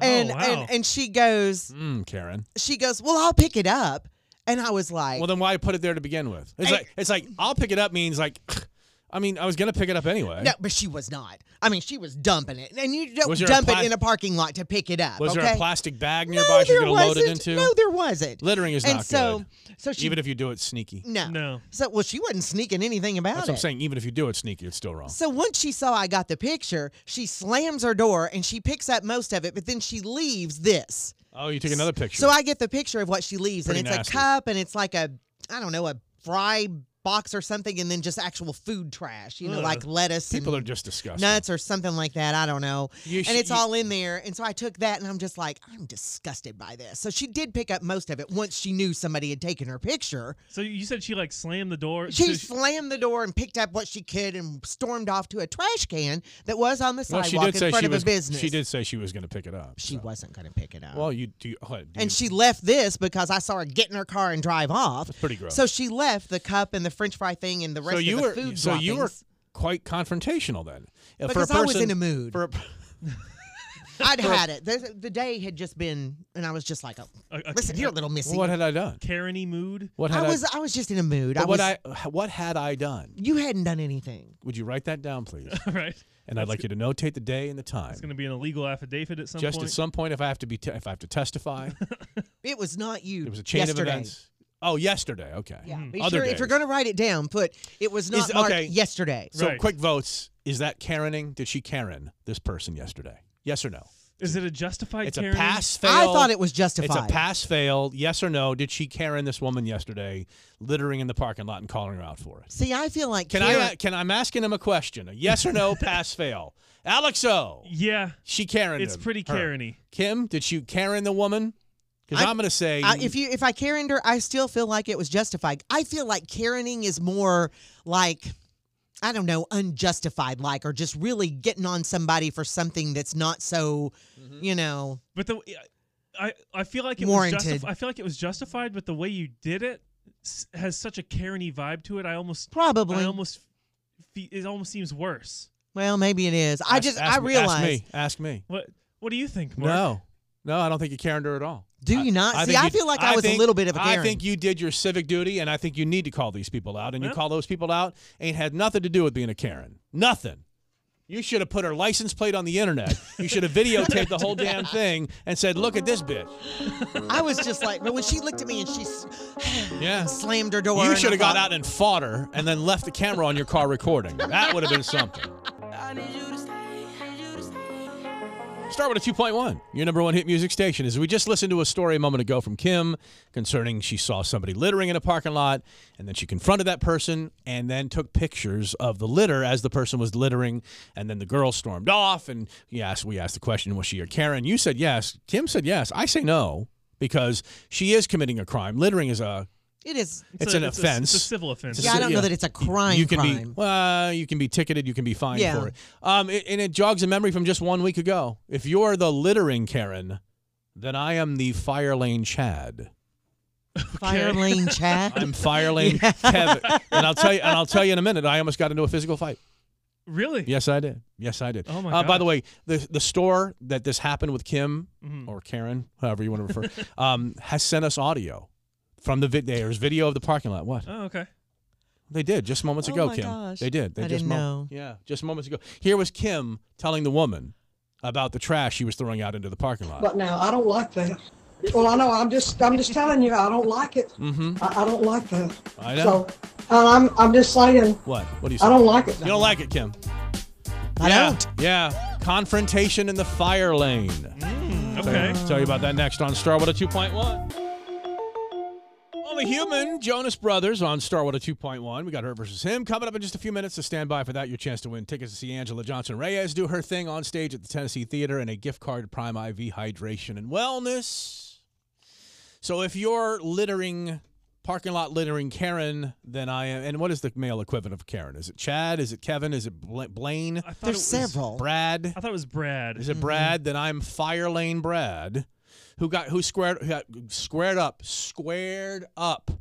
And, Oh, wow. and and she goes Mm, Karen. she goes well I'll pick it up and I was like Well, then why put it there to begin with? It's I- like it's like I'll pick it up means like I mean, I was gonna pick it up anyway. No, but she was not. I mean, she was dumping it, and you don't Was there a dump pla- it in a parking lot to pick it up. Was okay? there a plastic bag no, nearby she there could have wasn't. loaded into? No, there wasn't. Littering is and not so, good. So she even if you do it sneaky. no, No. So well, she wasn't sneaking anything about That's it. what I'm saying. Even if you do it sneaky, it's still wrong. So once she saw I got the picture, she slams her door and she picks up most of it, but then she leaves this. Oh, you took another picture. So I get the picture of what she leaves, Pretty and it's nasty. a cup, and it's like a I don't know a fry box or something, and then just actual food trash, you know, Ugh. like lettuce people are and just disgusting. nuts or something like that. I don't know, You sh- and it's you- all in there. And so I took that, and I'm just like, I'm disgusted by this. So she did pick up most of it once she knew somebody had taken her picture. (laughs) So you said she like slammed the door. (laughs) She so slammed the door and picked up what she could and stormed off to a trash can that was on the Well, sidewalk she did in say front she of was. a business. She did say she was going to pick it up. She so. wasn't going to pick it up. Well, you do. what, do and you- she left this because I saw her get in her car and drive off. That's pretty gross. So she left the cup and the French fry thing and the rest So you of the were. food. so you were droppings. quite confrontational then. Uh, for a Because I was person- in a mood. (laughs) For a, (laughs) I'd had it. The, the day had just been, and I was just like, oh, A- a- "Listen here, little missy." what had I done? Karen-y mood. (laughs) What I had I? was, I was just in a mood. I uh, but was. what I? What had I done? you hadn't done anything. Would you write that down, (laughs) please? All right. And I'd like you to notate the day and the time. It's gonna be an illegal affidavit at some Just point. at some point, if I have to be, te- if I have to (laughs) testify, It was not you. there was a chain yesterday. of events. Oh, yesterday. Okay. Yeah. Be Other sure- days. if you're going to write it down, put it was not Is- marked okay. yesterday. So Right. quick votes. Is that Karening? Did she Karen this person yesterday? Yes or no? Is it a justified? It's Karen-y? a pass fail. I thought it was It's justified. a pass fail. Yes or no? Did she Karen this woman yesterday, littering in the parking lot and calling her out for it? See, I feel like Can Karen- I? uh, Can I'm asking him a question? A yes or (laughs) no? pass fail. Alexo, Yeah. she Karen. It's pretty Karen-y. Kim, did she Karen the woman? Because I- I'm gonna say I, if you if I Karened her, I still feel like it was justified. I feel like Karening is more like I don't know, unjustified like or just really getting on somebody for something that's not so, Mm-hmm. you know, But the I I feel like it was Warranted. justif- I feel like it was justified, but the way you did it s- has such a Karen-y E vibe to it. I almost probably. I almost fe- it almost seems worse. well, maybe it is. I ask- just ask I me- ask realize. me. Ask me. What What do you think, Mark? No, no, I don't think you Karened her at all. Do you not? See, think I you- feel like I was a think- little bit of a Karen. I think you did your civic duty, and I think you need to call these people out. And you Yeah. call those people out ain't had nothing to do with being a Karen. Nothing. You should have put her license plate on the internet. You should have videotaped the whole damn thing and said, "Look at this bitch." I was just like, but when she looked at me and she s- Yeah. slammed her door, You and I should have got thought, out and fought her, and then left the camera on your car recording. That would have been something. Start with a 2.1. Your number one hit music station is we just listened to a story a moment ago from Kim concerning she saw somebody littering in a parking lot and then she confronted that person and then took pictures of the litter as the person was littering and then the girl stormed off and yes, we asked the question was she a Karen? You said yes. Kim said yes. I say no because she is committing a crime. Littering is a It is. it's, a- an it's a- offense. it's a civil offense. Yeah, I don't know that it's a crime. You can crime. be well, you can be ticketed, you can be fined Yeah. for it. Um, it- and it jogs a memory from just one week ago. If you're the littering Karen, then I am the fire lane Chad. Fire lane chat. (laughs) I'm (laughs) fire lane Kevin, and I'll tell you. And I'll tell you in a minute. I almost got into a physical fight. Really? Yes, I did. Yes, I did. Oh, my Uh, by gosh. Mm-hmm. the way, the the store that this happened with Kim or Karen, however you want to refer, (laughs) um, has sent us audio from the vid. There's video of the parking lot. What? Oh, okay. They did just moments Oh ago, my Kim. gosh. They did. They I just didn't mo- know. Yeah, just moments ago. Here was Kim telling the woman about the trash she was throwing out into the parking lot. But now I don't like that. Well, I know. I'm just I'm just telling you. I don't like it. Mm-hmm. I, I don't like that. I know. So, and I'm I'm just saying. what? What do you say? I don't like it. You don't like it, Kim. I yeah. don't. Yeah. Confrontation in the fire lane. Okay. Tell you about that next on Starwater 2.1. Only human, Jonas Brothers on Starwater 2.1. We got her versus him coming up in just a few minutes. So stand by for that. Your chance to win tickets to see Angela Johnson Reyes do her thing on stage at the Tennessee Theater and a gift card to Prime IV Hydration and Wellness. So if you're littering, parking lot littering Karen, then I am. And what is the male equivalent of Karen? Is it Chad? Is it Kevin? Is it Bla- Blaine? I thought it There's was- several. Brad? I thought it was Brad. Mm-hmm. Is it Brad? Then I'm Fire Lane Brad, who got who squared who got squared up, squared up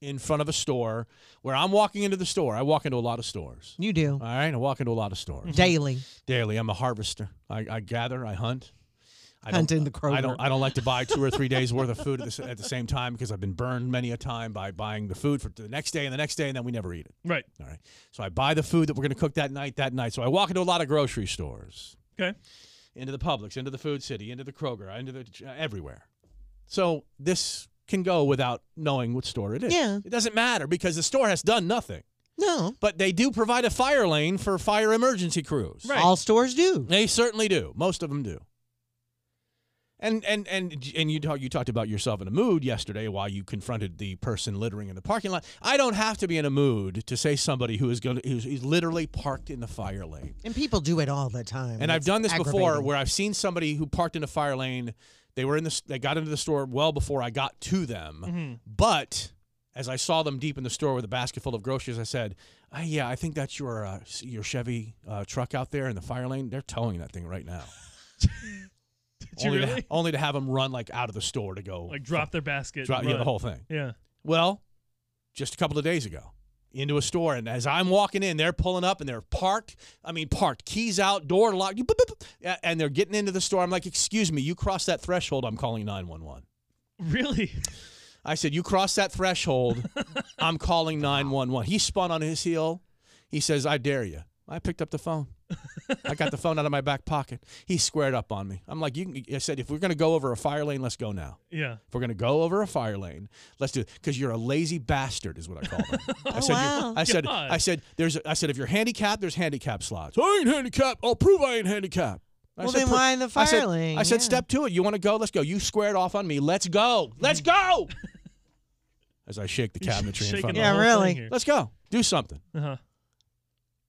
in front of a store where I'm walking into the store. I walk into a lot of stores. You do. Mm-hmm. All right, I walk into a lot of stores Daily. daily. I'm a harvester. I, I gather, I hunt. I don't- Hunting the I don't. Kroger. I don't like to buy two or three days worth of food at the, s- at the same time because I've been burned many a time by buying the food for the next day and the next day, and then we never eat it. Right. All right. So I buy the food that we're going to cook that night. That night. So I walk into a lot of grocery stores, Okay. into the Publix, into the Food City, into the Kroger, into the everywhere. So this can go without knowing what store it is. Yeah. It doesn't matter because the store has done nothing. No. But they do provide a fire lane for fire emergency crews. Right. All stores do. They certainly do. Most of them do. And and and and you talk, you talked about yourself in a mood yesterday while you confronted the person littering in the parking lot. I don't have to be in a mood to say somebody who is going to, who's, who's literally parked in the fire lane. And people do it all the time. And I've It's done this before aggravating. where I've seen somebody who parked in a fire lane. They were in this. They got into the store well before I got to them. Mm-hmm. But as I saw them deep in the store with a basket full of groceries, I said, Ah "Yeah, I think that's your uh, s- your Chevy uh, truck out there in the fire lane. They're towing that thing right (laughs) now." you only, to, really? only to have them run like out of the store to go Like drop their basket. drop and yeah, the run. whole thing. Yeah. Well, just a couple of days ago, into a store, and as I'm walking in, they're pulling up and they're parked. I mean, parked, keys out, door locked, boop, boop, boop, a- and they're getting into the store. I'm like, "Excuse me, you crossed that threshold. I'm calling 911." Really? (laughs) I said, "You crossed that threshold. I'm calling 911." He spun on his heel. He says, "I dare you." I picked up the phone. I got the phone out of my back pocket. He squared up on me. I'm like, "You." Can, I said, "If we're gonna go over a fire lane, let's go now." Yeah. If we're going to go over a fire lane, let's do it because you're a lazy bastard, is what I call (laughs) them. I said, you- Oh, wow. I said, God. I said, there's, I said, if you're handicapped, there's handicap slots. I ain't handicapped. I'll prove I ain't handicapped. I Well, said, then "Pro- why in the I said- fire lane? I said, Yeah. step to it. You want to go? Let's go. You squared off on me. Let's go. Let's (laughs) go. As I shake the cabinetry in Shaking front the of Yeah, whole him. thing really. here. Let's go. Do something. Uh-huh.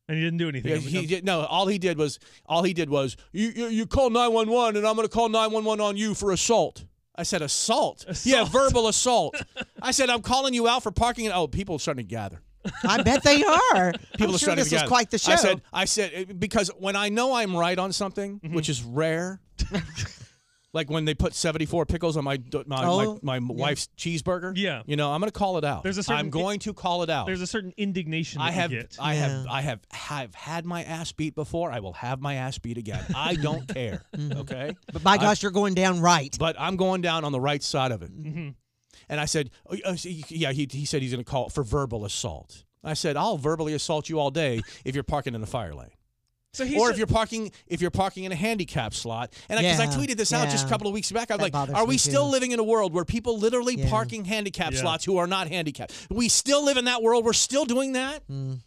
And he didn't do anything. Yeah, I'm- he I'm- did, no, all he did was all he did was you you, you call nine one one and I'm going to call nine one one on you for assault. I said assault. Yeah, Assault. verbal assault. I said I'm calling you out for parking. And, oh, people are starting to gather. I bet they are. (laughs) People are I'm sure starting this to gather. was quite the show. I said I said eh, because when I know I'm right on something, which is rare. Like when they put 74 pickles on my do- my, Oh, my, my wife's cheeseburger. Yeah. You know, I'm going to call it out. There's a I'm certain- going to call it out. There's a certain indignation that I you have, get. I have, Yeah. I have, have had my ass beat before. I will have my ass beat again. I don't care. Okay, but by gosh, you're going down right. but I'm going down on the right side of it. Mm-hmm. And I said, oh, uh, so you- yeah. He, he said he's going to call for verbal assault. I said I'll verbally assault you all day if you're parking in the fire lane, so he's or ju- if you're parking if you're parking in a handicap slot. And because I, Yeah, tweeted this out just a yeah. couple of weeks back, I'm That like, bothers are we me still too. living in a world where people literally Yeah. parking handicap Yeah. slots who are not handicapped? We still live in that world. We're still doing that. Mm.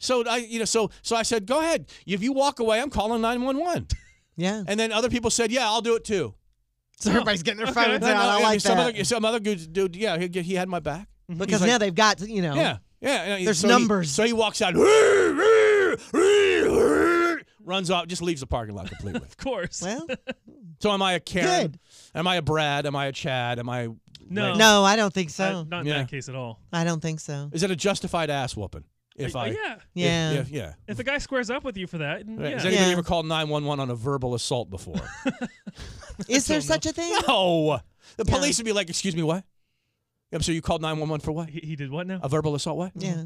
So I, you know, so so I said, go ahead. If you walk away, I'm calling nine one (laughs) one. Yeah. And then other people said, yeah, I'll do it too. So everybody's getting their okay. phones And out. I like some that. Mhm. Other, some other good dude, yeah, he, he had my back. because like- now they've got, you know. Yeah, yeah. and There's he- numbers. so he walks out, runs off, just leaves the parking lot completely. of course. (laughs) Well, so am I a Karen? Good. Am I a Brad? Am I a Chad? Am I? No. like- no, I don't think I- so. not in Yeah. that case at all. I don't think so. Is it a justified ass whooping? If Uh, I, yeah. Yeah. if- yeah. If the guy squares up with you for that, then Right. yeah. Has anybody Yeah. ever called nine one one on a verbal assault before? (laughs) Is there such (laughs) a thing? no. The Yeah. police would be like, "Excuse me, what?" I'm sure you called nine one one for what? he, he did what now? A verbal assault? What? Yeah.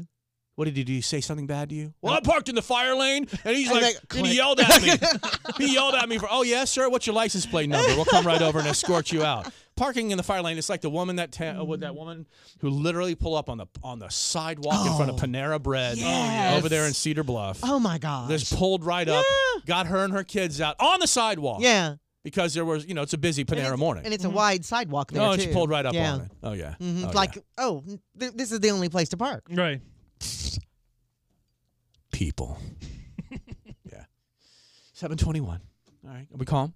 What did he do? Say something bad to you? Well, I parked in the fire lane, and he's And like, they- and he click. yelled at me. (laughs) he yelled at me for, oh yeah, sir, what's your license plate number? We'll come right over and escort you out. Parking in the fire lane, it's like the woman that ta- uh, with that woman who literally pull up on the on the sidewalk in front of Oh, Panera Bread yes. over there in Cedar Bluff. Oh my gosh. (laughs) Just pulled right up, Yeah. got her and her kids out on the sidewalk. yeah. because there was, you know, it's a busy And Panera it's- morning. And it's a wide sidewalk there. oh, and too. she pulled right up yeah. on it. Oh yeah, Mhm. Oh, yeah. like, oh, th- this is the only place to park. Right. (laughs) people. yeah. 721. All right. Are we calm?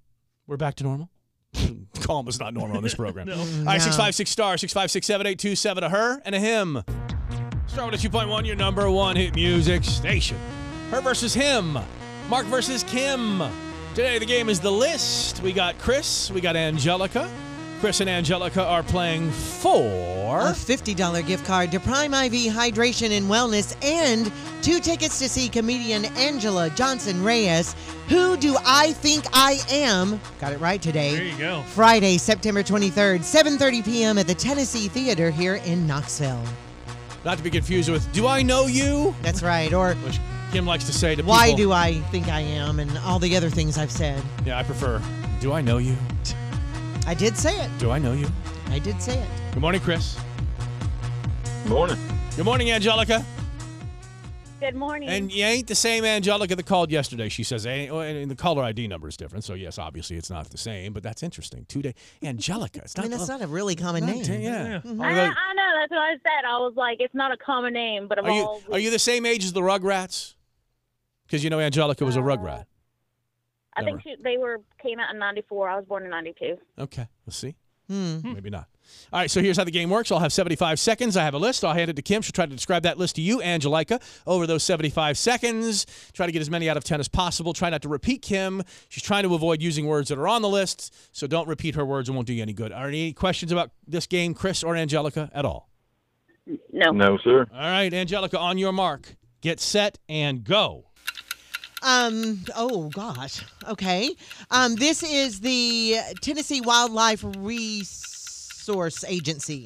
We're back to normal? (laughs) calm is not normal on this (laughs) program. No. All right, No. 656 star, 656-7827, a her and a him. Start with a 2.1, your number one hit music station. Her versus him. Mark versus Kim. Today the game is the list. We got Chris, we got Angelica. Chris and Angelica are playing for A $50 gift card to Prime IV Hydration and Wellness and two tickets to see comedian Angela Johnson Reyes. Who do I think I am? Got it right today. There you go. Friday, September 23rd, 7:30 p.m. at the Tennessee Theater here in Knoxville. not to be confused with Do I Know You? That's right. Or Which Kim likes to say to why people. do I think I am and all the other things I've said. Yeah, I prefer. Do I know you? I did say it. Do I know you? I did say it. Good morning, Chris. Morning. Good morning, Angelica. Good morning. And you ain't the same Angelica that called yesterday. She says, "Ain't- oh, and and the caller ID number is different. So, yes, obviously it's not the same, but that's interesting. Two day Angelica. It's I not mean, that's not a really common not- name. yeah. I, Are, they- I know that's what I said. I was like, it's not a common name, but of are all, you, are you the same age as the Rugrats? Because you know Angelica was a Rugrat. I think she, they were came out in '94. I was born in '92. Okay, let's see. Hmm. Maybe not. All right, so here's how the game works. I'll have 75 seconds. I have a list. I'll hand it to Kim. She'll try to describe that list to you, Angelica, over those 75 seconds. Try to get as many out of 10 as possible. Try not to repeat Kim. She's trying to avoid using words that are on the list, so don't repeat her words. It won't do you any good. Are there any questions about this game, Chris or Angelica, at all? No. No, sir. All right, Angelica, on your mark. Get set and go. Um. Oh gosh. Okay. Um. This is the Tennessee Wildlife Resource Agency.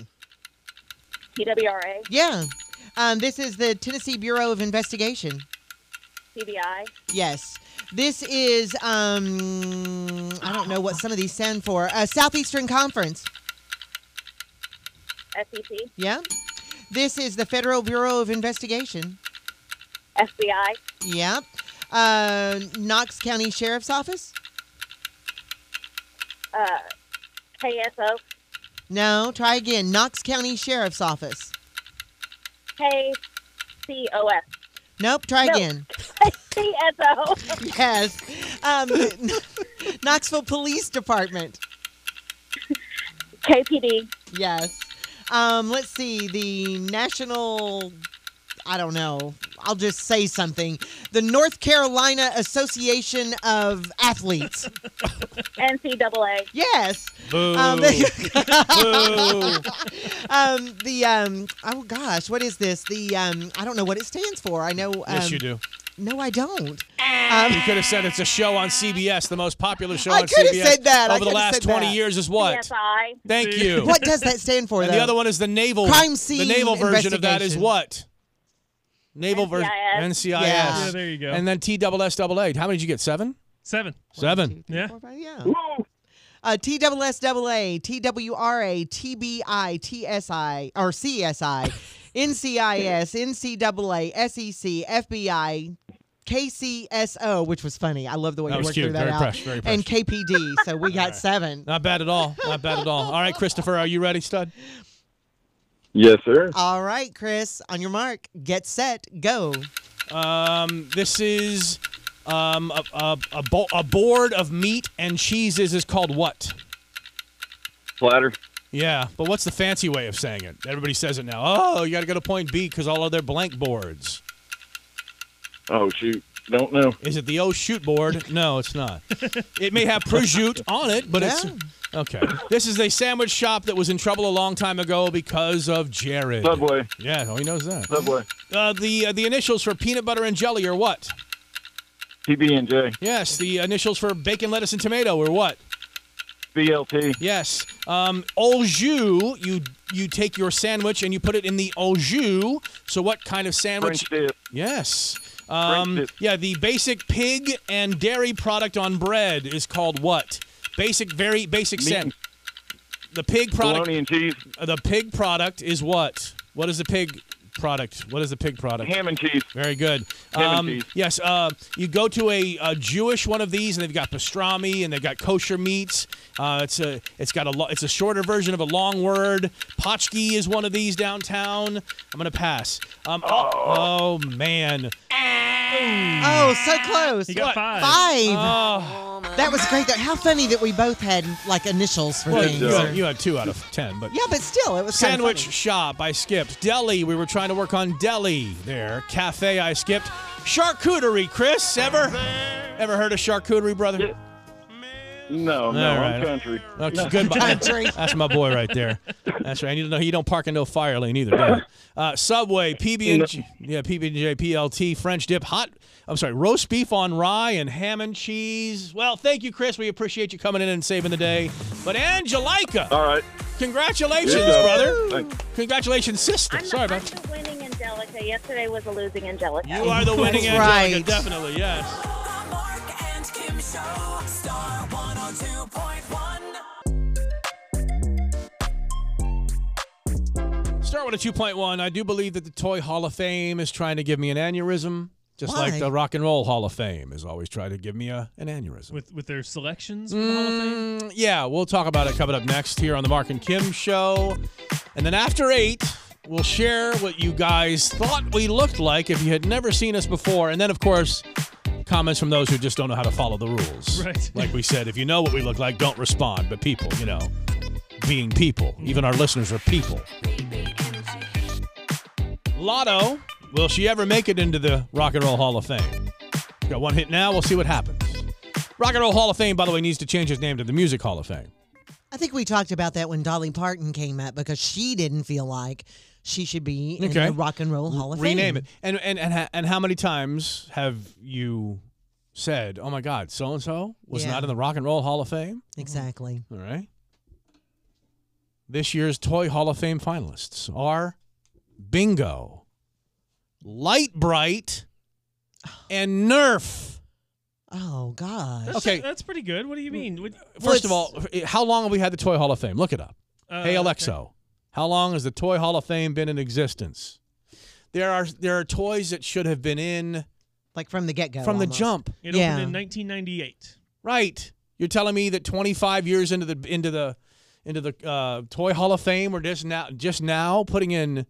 TWRA, Yeah. Um. This is the Tennessee Bureau of Investigation. CBI, Yes. This is um. I don't know what some of these stand for. Uh, Southeastern Conference. SEC, Yeah. This is the Federal Bureau of Investigation. FBI, Yep. Uh, Knox County Sheriff's Office. uh, KSO, No. Try again. Knox County Sheriff's Office. KCOS, Nope. Try No. again. (laughs) (laughs) CSO, Yes. Um, (laughs) Knoxville Police Department. KPD, Yes. Um, let's see. The National, I don't know. I'll just say something. The North Carolina Association of Athletes. NCAA, Yes. Boo. Um, (laughs) Boo. um, the, um, oh gosh, what is this? The, um, I don't know what it stands for. I know. Um, Yes, you do. No, I don't. Um, you could have said it's a show on CBS, the most popular show I on CBS could have said that. I over the could have last said 20 that. years is what? CSI, Thank you. What does that stand for, and though? the other one is the naval Crime scene The naval version of that is investigation. what? Naval version NCIS. NCIS. Yeah. Yeah, there you go. And then TSSAA. How many did you get? Seven. Seven. Seven. Yeah. Four, five, yeah. Uh, TWSAA, TWRA, TBI, TSI, (laughs) or CSI, NCIS, NCAA, SEC, FBI, KCSO, which was funny. I love the way That you was worked cute. through that Very out. fresh, very fresh. And KPD, so (laughs) we got seven. Not bad at all. Not bad at all. All right, Christopher, are you ready, stud? Yes, sir. All right, Chris, on your mark, get set, go. Um, this is um, a, a, a, bo- a board of meat and cheeses is called what? Platter. Yeah, but what's the fancy way of saying it? Everybody says it now. Oh, you got to go to point B because all of their blank boards. Oh shoot. Don't know. Is it the oh shoot board? No, it's not. It may have prosciutto on it, but it's Yeah. okay. This is a sandwich shop that was in trouble a long time ago because of Jared. Subway. Yeah, oh, he knows that. Subway. Uh, the uh, the initials for peanut butter and jelly are what? PB and J. Yes. The initials for bacon, lettuce, and tomato are what? BLT. Yes. Um, au jus. You you take your sandwich and you put it in the au jus. So what kind of sandwich? French dip. Yes. Um, dip. yeah, the basic pig and dairy product on bread is called what? Basic, very basic Meat and- sandwich. The pig product. Bologna and cheese. uh, The pig product is what? What is the pig product? What is the pig product? Ham and cheese. Very good. Ham and cheese. yes, uh, you go to a, a Jewish one of these, and they've got pastrami, and they've got kosher meats. Uh, it's a it's got a lo- it's a shorter version of a long word. Potchki is one of these downtown. I'm gonna pass. Um, oh, oh, man, Mm. Oh, so close. He got What? five. Five. oh, that was great. That- How funny that we both had like initials for well, things. you, or- had, you had two out of ten, but yeah, but still, it was kinda Sandwich funny. shop, I skipped. Deli, we were trying to work on deli there. Cafe, I skipped. Charcuterie, Chris, ever? Ever heard of charcuterie, brother? No, no, All I'm right. country. Okay, good. That's my boy right there. That's right. I need to know he don't park in no fire lane either. do you? Uh, Subway, PB and yeah, PB and J, PLT, French dip, hot. I'm sorry, roast beef on rye and ham and cheese. Well, thank you, Chris. We appreciate you coming in and saving the day. But Angelica, Uh, All right. congratulations, Here you go. brother. Thanks. Congratulations, sister. I'm, sorry the, I'm about that. the winning Angelica. Yesterday was a losing Angelica. You are the winning That's Angelica, right. definitely, yes. Mark and Kim Show. show, Star 102.1. Start with a 2.1. I do believe that the Toy Hall of Fame is trying to give me an aneurysm, just Why? like the Rock and Roll Hall of Fame is always trying to give me a, an aneurysm. with with their selections for the Hall of Fame. Mm, yeah, we'll talk about it coming up next here on the Mark and Kim show. And then after eight, we'll share what you guys thought we looked like if you had never seen us before. And then, of course, comments from those who just don't know how to follow the rules. Right. Like we said, if you know what we look like, don't respond. But people, you know, being people, even our listeners are people. Lotto, will she ever make it into the Rock and Roll Hall of Fame? Got one hit now. We'll see what happens. Rock and Roll Hall of Fame, by the way, needs to change his name to the Music Hall of Fame. I think we talked about that when Dolly Parton came up because she didn't feel like she should be in Okay. the Rock and Roll Hall of Fame. Rename it. And and and ha- and how many times have you said, "Oh my God, so and so was Yeah. not in the Rock and Roll Hall of Fame"? Exactly. All right. This year's Toy Hall of Fame finalists are Bingo, Light Bright, and Nerf. Oh God. That's- Okay. that's pretty good. What do you mean? What, First of all, how long have we had the Toy Hall of Fame? Look it up. Uh, hey okay. Alexo, how long has the Toy Hall of Fame been in existence? There are there are toys that should have been in like from the get go, from the jump. It opened in 1998. Right. You're telling me that 25 years into the into the into the uh, Toy Hall of Fame, we're just now just now putting in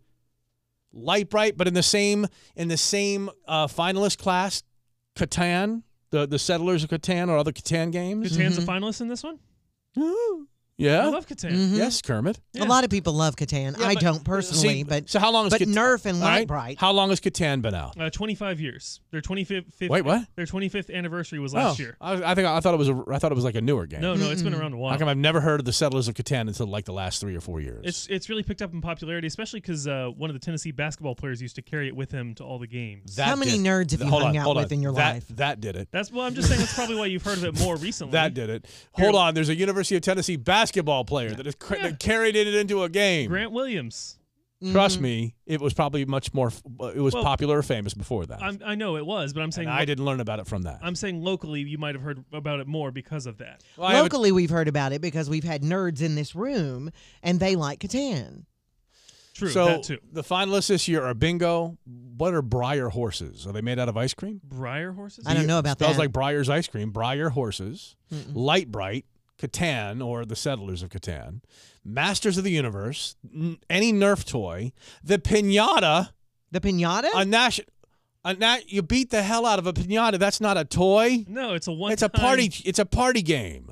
Light Bright, but in the same in the same uh, finalist class, Catan, the the Settlers of Catan or other Catan games. Catan's a finalist in this one. Yeah. I love Catan. Mhm. Yes, Kermit. A lot of people love Catan. I don't personally, See, but so how long? Has But Cat- Nerf and all right, Light Bright. How long has Catan been out? Uh, 25 years. Their 25th. Wait, what? Their 25th anniversary was last Oh, year. I, I think I thought it was a, I thought it was like a newer game. No, no, it's been around a How while. come I've never heard of the Settlers of Catan until like the last three or four years? It's it's really picked up in popularity, especially because uh, one of the Tennessee basketball players used to carry it with him to all the games. That did- th- hold on, hold on. That- That did it. That's well, I'm just saying that's probably why you've heard of it more recently. That did it. Hold on. There's a University of Tennessee basketball player that, is cr- that carried it into a game. Grant Williams. Trust me, it was probably much more. f- It was Well, popular or famous before that. I'm, I know it was, but I'm saying And I didn't learn about it from that. I'm saying locally, you might have heard about it more because of that. locally we've heard about it because we've had nerds in this room and they like Catan. True, So that too. the finalists this year are bingo. What are briar horses? Are they made out of ice cream? Briar horses. Do you- Spells like Briar's ice cream, Briar horses, Light Bright, Catan or the Settlers of Catan, Masters of the Universe, n- any Nerf toy, the pinata. The pinata. A national. A na- you beat the hell out of a pinata. That's not a toy. No, it's a one. It's a party. It's a party game.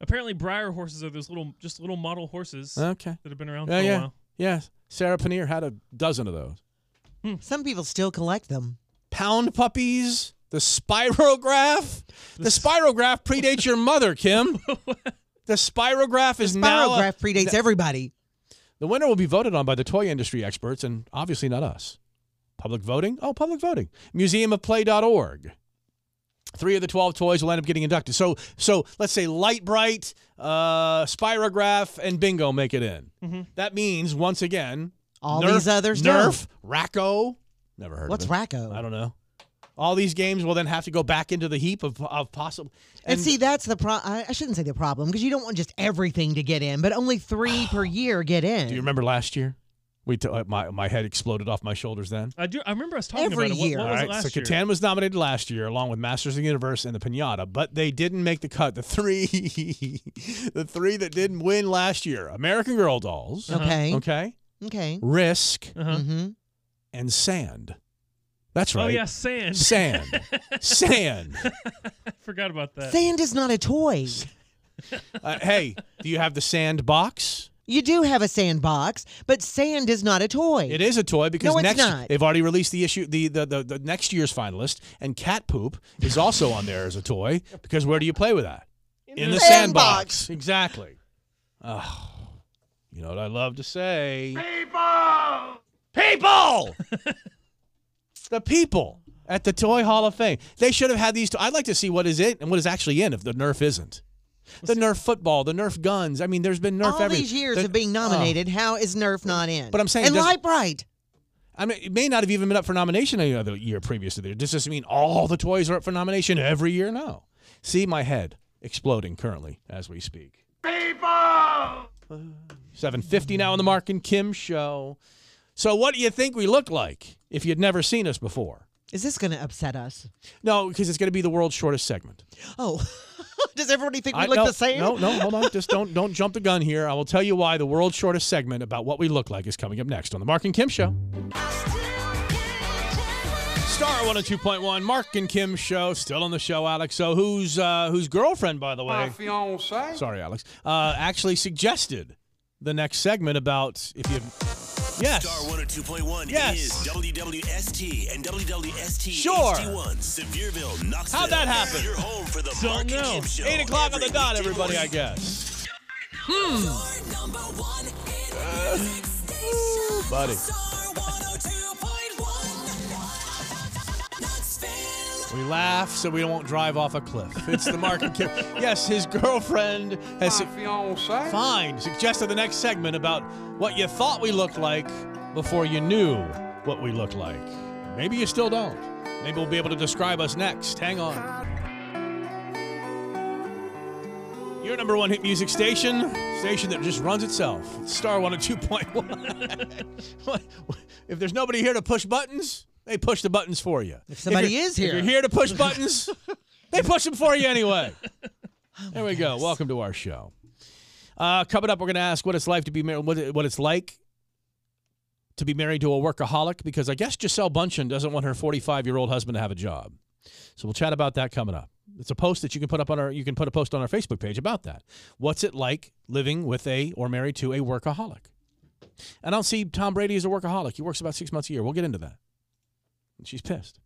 Apparently, briar horses are those little, just little model horses. Okay. That have been around Yeah, for yeah, a while. yeah. Sarah Paneer had a dozen of those. Some people still collect them. Pound puppies. The spirograph. The spirograph predates your mother, (laughs) Kim. The spirograph is now. uh, a- Spirograph predates everybody. The winner will be voted on by the toy industry experts and obviously not us. Public voting? Oh, public voting. Museumofplay.org. Three of the 12 toys will end up getting inducted. So, so let's say Light Bright, uh, Spirograph, and Bingo make it in. That means, once again, All Nerf, these others Nerf, Racco. Never heard What's of it. Racco? I don't know. All these games will then have to go back into the heap of, of possible. And, see, that's the pro. I I shouldn't say the problem because you don't want just everything to get in, but only three (sighs) per year get in. do you remember last year? We t- uh, my, my head exploded off my shoulders then. I do. I remember us talking Every about it. What- year. What, was All it right, last so year? Catan was nominated last year along with Masters of the Universe and the Pinata, but they didn't make the cut. The three, (laughs) the three that didn't win last year: American Girl dolls, Okay. Uh-huh. okay, Uh-huh. Okay. Risk, Mm-hmm. and Sand. That's right. Uh-huh. Oh yeah, sand. Sand. Sand. I (laughs) forgot about that. Sand is not a toy. Uh, hey, do you have the sand box? You do have a sandbox, but sand is not a toy. It is a toy because No, it's next not. they've already released the issue the, the the the next year's finalist and cat poop is also on there as a toy because where do you play with that? In, the the sandbox. sandbox. Exactly. Oh, you know what I love to say? People! People. (laughs) the people at the Toy Hall of Fame. They should have had these to- I'd like to see what is it and what is actually in if the Nerf isn't. The Nerf football, the Nerf guns. I mean, there's been Nerf All every these years the- of being Oh. nominated, how is Nerf not in? But I'm saying it and doesn't- Light Bright. I mean, it may not have even been up for nomination any other year previous to there. Does this mean all the toys are up for nomination every year? No. See my head exploding currently as we speak. People! 750 now on the Mark and Kim show. So what do you think we look like if you'd never seen us before? Is this going to upset us? No, because it's going to be the world's shortest segment. Oh, (laughs) does everybody (laughs) think we I- look no, the same? No, no, hold on. Just don't don't jump the gun here. I will tell you why the world's shortest segment about what we look like is coming up next on the Mark and Kim show. Star 102.1 Mark and Kim show still on the show Alex. So whose uh whose girlfriend by the way? fiance. Sorry Alex. Uh actually suggested the next segment about if you Yes. Star 102.1 Yes. is WWST and E WWST Sure. HD1, Sevierville, Knoxville. How'd that happen? Your home for the Don't Mark and know. Kim Show Eight o'clock on every the dot, weekday everybody, I morning. guess. Hmm. Uh, buddy. We laugh so we won't drive off a cliff. It's the Mark (laughs) and Kim. Yes, his girlfriend has. My fiance. Fine. Suggested the next segment about what you thought we looked like before you knew what we looked like. Maybe you still don't. Maybe we'll be able to describe us next. Hang on. Your number one hit music station, station that just runs itself. Star 102.1. What- (laughs) if there's nobody here to push buttons, they push the buttons for you. If somebody you're- is if you're here. here to push (laughs) buttons, they push them for you anyway. Oh there we go. Welcome to our show. Uh, coming up, we're going to ask what it's like to be married, what, it- what it's like to be married to a workaholic, because I guess Giselle Bundchen doesn't want her 45 year old husband to have a job. So we'll chat about that coming up. It's a post that you can put up on our you can put a post on our Facebook page about that. What's it like living with a or married to a workaholic? And I don't see Tom Brady as a workaholic. He works about six months a year. We'll get into that. And she's pissed.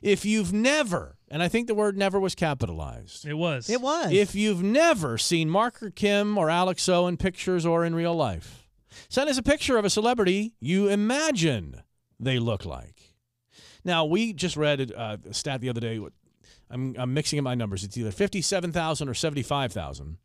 If you've never, and I think the word never was capitalized. It was. It was. If you've never seen Mark or Kim or Alex O in pictures or in real life, send us a picture of a celebrity you imagine they look like. Now, we just read uh, a stat the other day. I'm, I'm mixing up my numbers. It's either 57,000 or 75,000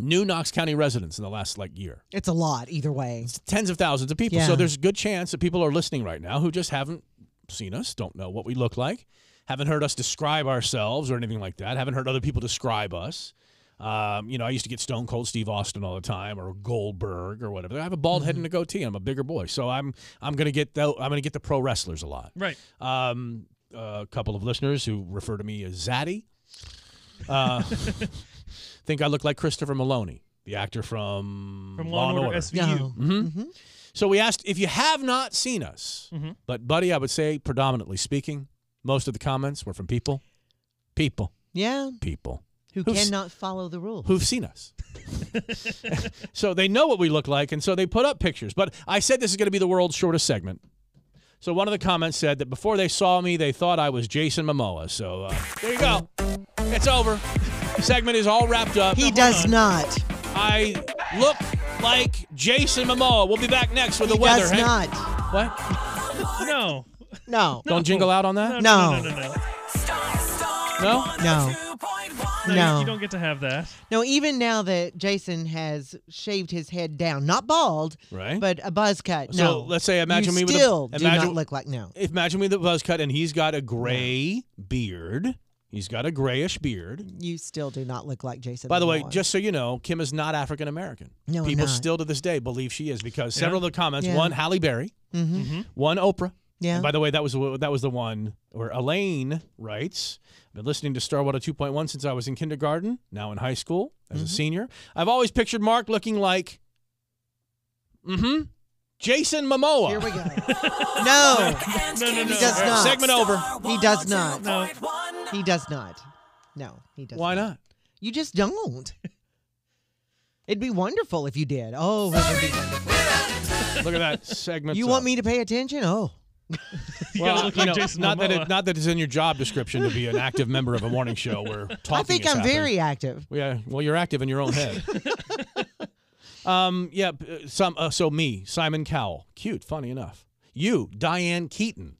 new Knox County residents in the last like year It's a lot either way. tens of thousands of people. Yeah. So there's a good chance that people are listening right now who just haven't seen us, don't know what we look like, haven't heard us describe ourselves or anything like that, haven't heard other people describe us. Um, you know, I used to get Stone Cold Steve Austin all the time, or Goldberg, or whatever. I have a bald head and a goatee. I'm a bigger boy, so I'm I'm gonna get the I'm gonna get the pro wrestlers a lot. Right. Um, a couple of listeners who refer to me as Zaddy uh, (laughs) think I look like Christopher Maloney, the actor from From Law and Order SVU. No. hmm So we asked if you have not seen us, Mhm. but buddy, I would say predominantly speaking, most of the comments were from people, people, Yeah. people Who who've s- cannot follow the rules. who've seen us. (laughs) so they know what we look like, and so they put up pictures. But I said this is going to be the world's shortest segment. So one of the comments said that before they saw me, they thought I was Jason Momoa. So uh, there you go. It's over. Segment is all wrapped up. He does not. I look like Jason Momoa. We'll be back next with He the weather. does Hang- not. What? No. No. Don't jingle out on No. that. No. No. No. no. No. No. No, you- No. You don't get to have that. No, even now that Jason has shaved his head down, not bald, Right. but a buzz cut. So no. let's say imagine you me with still a, do imagine, not look like now. Imagine me with a buzz cut, and he's got a gray beard. He's got a grayish beard. You still do not look like Jason. By the way, Momoa. just so you know, Kim is not African American. No, I'm people not. still to this day believe she is because Yeah. several of the comments. Yeah. One, Halle Berry. Mhm. One, Oprah. Yeah. Mm-hmm. And by the way, that was the- that was the one where Elaine writes. I've been listening to Starwater 2.1 since I was in kindergarten. Now in high school as Mm-hmm. a senior, I've always pictured Mark looking like, mm-hmm, Jason Momoa. Here we go. (laughs) No. No, no, He no. does not. Segment over. He does not. No. He does not. No, he does. Why not? You just don't. It'd be wonderful if you did. Oh, it would be wonderful. Look at (laughs) that segment. you want me to pay attention? Oh, You Well, gotta look you like know, Jason not that Momoa. it, not that it's in your job description to be an active member of a morning show where talking. (laughs) I think is I'm happening. very active. Yeah, well, you're active in your own (laughs) head. um, yeah, p- uh, some. Uh, so me, Simon Cowell, cute, funny enough. You, Diane Keaton.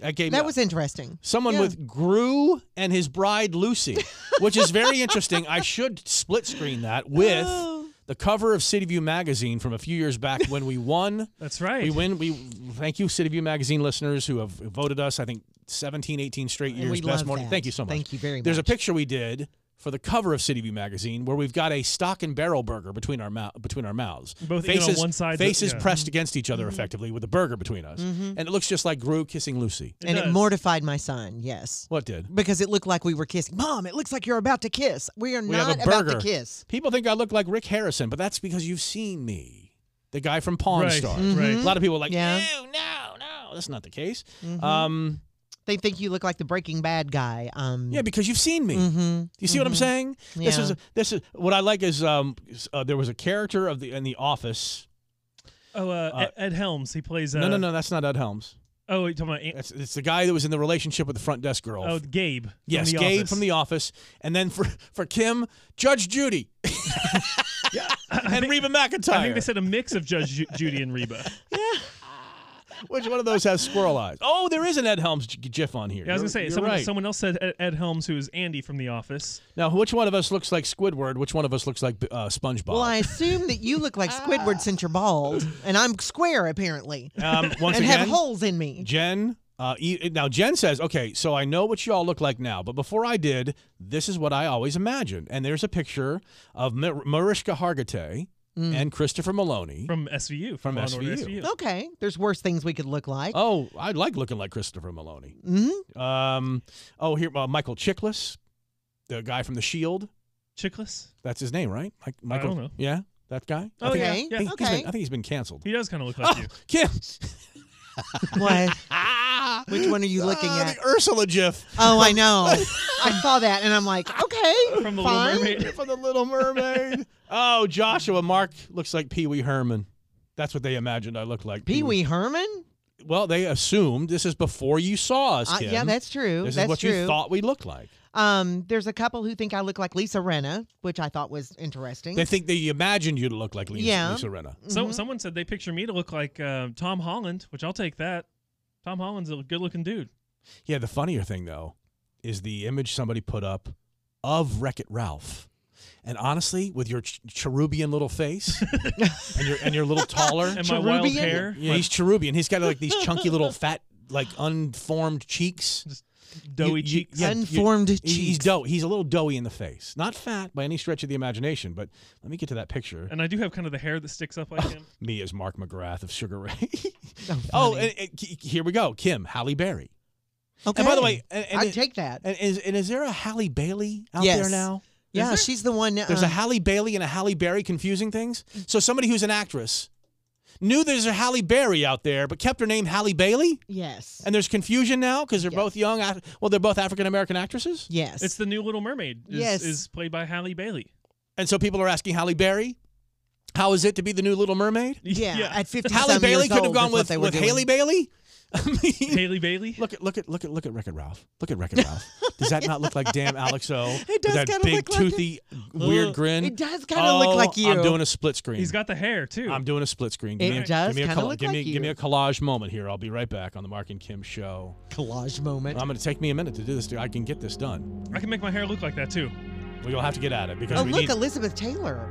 That gave me- That was interesting. someone Yeah. with Gru and his bride Lucy, which is very interesting. I should split screen that with. Oh. The cover of City View magazine from a few years back when we won That's right. we win. We thank you, City View Magazine listeners who have voted us. I think 17, 18 straight And years. we best love morning. that. Thank you so much. Thank you very There's a much. picture we did for the cover of City View magazine where we've got a stock and barrel burger between our mouth between our mouths. Both eating on faces one side, but- faces yeah. pressed against each Mm-hmm. other effectively with a burger between us. Mhm. And it looks just like Gru kissing Lucy. and it mortified my son. Yes. What did? Because it looked like we were kissing. Mom, it looks like you're about to kiss. We are We not have a about burger. to kiss. People think I look like Rick Harrison, but that's because you've seen me, the guy from Pawn Right, Stars. right. A lot of people are like, Mm-hmm. Yeah. "Ew, no, no, that's not the case. Mhm. Um, They think you look like the Breaking Bad guy. Um, yeah, because you've seen me. Mhm, You see what I'm mhm. saying? This Yeah. is this is what I like is um is, uh, there was a character of the in the office. Oh, uh, Ed, Ed Helms. He plays. Uh, no, no, no, that's not Ed Helms. Oh, you talking about? Aunt- It's, it's the guy that was in the relationship with the front desk girl. Oh, Gabe. from yes, The Gabe Office. from the office, and then for for Kim, Judge Judy. (laughs) and Reba McIntyre. I think they said a mix of Judge Ju- Judy and Reba. Which one of those has squirrel eyes? Oh, there is an Ed Helms g- gif on here. Yeah, I was gonna say You're- you're someone, right. someone else said Ed, Ed Helms, who is Andy from The Office. Now, which one of us looks like Squidward? Which one of us looks like uh, SpongeBob? Well, I assume that you look like Squidward since (laughs) you're bald, and I'm square apparently, Um, once and have again- holes in me. Jen. Uh, e- now Jen says, "Okay, so I know what y'all look like now, but before I did, this is what I always imagined." And there's a picture of Ma- Mariska Hargitay Mm. and Christopher Maloney from SVU. From Law and Order SVU. Okay, there's worse things we could look like. Oh, I like looking like Christopher Maloney. hmm Um, oh, here uh, Michael Chiklis, the guy from The Shield. Chiklis, that's his name, right? Mike, Michael. don't know. Yeah, that guy. I Oh, think- yeah, I think yeah. he's been- Okay. I (laughs) think he's been canceled. He does kind of look Oh, like you. mm-hmm. Kim, What? Which one (laughs) are you looking Ah, at? the Ursula GIF. Oh, (laughs) I know. I saw that, and I'm like, okay, From The Little (laughs) fine. Mermaid. From the Little Mermaid. (laughs) oh, Joshua Mark looks like Pee Wee Herman. That's what they imagined I looked like. Pee Wee Herman. Well, they assumed this is before you saw us. Uh, Kim. yeah, that's true. This is That's what you true. thought we looked like. Um, there's a couple who think I look like Lisa Renna, which I thought was interesting. Mm-hmm. They think they imagined you to look like Lisa, Yeah. Lisa Renna. So someone said they picture me to look like uh, Tom Holland, which I'll take that. Tom Holland's a good-looking dude. Yeah, the funnier thing though is the image somebody put up of Wreck It Ralph. And honestly, with your ch- cherubian little (laughs) face and your and your little taller And my wild Cherubian? hair. yeah, he's cherubian. He's got like these chunky little fat, like unformed cheeks, doughy cheeks. Unformed He's cheeks. dough. He's a little doughy in the face, not fat by any stretch of the imagination. But let me get to that picture. And I do have kind of the hair that sticks up Oh, like him. me as Mark McGrath of Sugar Ray. (laughs) oh, and, and k- here we go. Kim Halle Berry. Okay. And by the way, and, and I it- take that. And is, and is there a Halle Bailey out yes. there now? Yeah, there? she's the one. There's a um, Halle Bailey and a Halle Berry confusing things. So somebody who's an actress knew there's a Halle Berry out there, but kept her name Halle Bailey. Yes. And there's confusion now because they're both young. act- Well, they're both African American actresses. Yes. It's the new Little Mermaid. Is, Yes. is played by Halle Bailey. (laughs) And so people are asking Halle Berry, how is it to be the new Little Mermaid? Yeah, Yeah. (laughs) at 50 Halle Bailey could have gone with, they were with doing. Haley Bailey. (laughs) Haley Bailey. Look at look at look at look at Wreck-It Ralph. Look at Wreck-It Ralph. Does that not look like (laughs) damn Alex O? It does With that kinda big look like toothy Ugh. weird grin. It does kinda look Oh, like I'm you. doing a split screen. He's got the hair too. I'm doing a split screen. It Give me a, does give me a kinda colla- look give me, like Give me you. a collage moment here. I'll be right back on the Mark and Kim show. collage moment. I'm going to take me a minute to do this. I can get this done. I can make my hair look like that too. We'll have to get at it because Oh, we look, need. Elizabeth Taylor.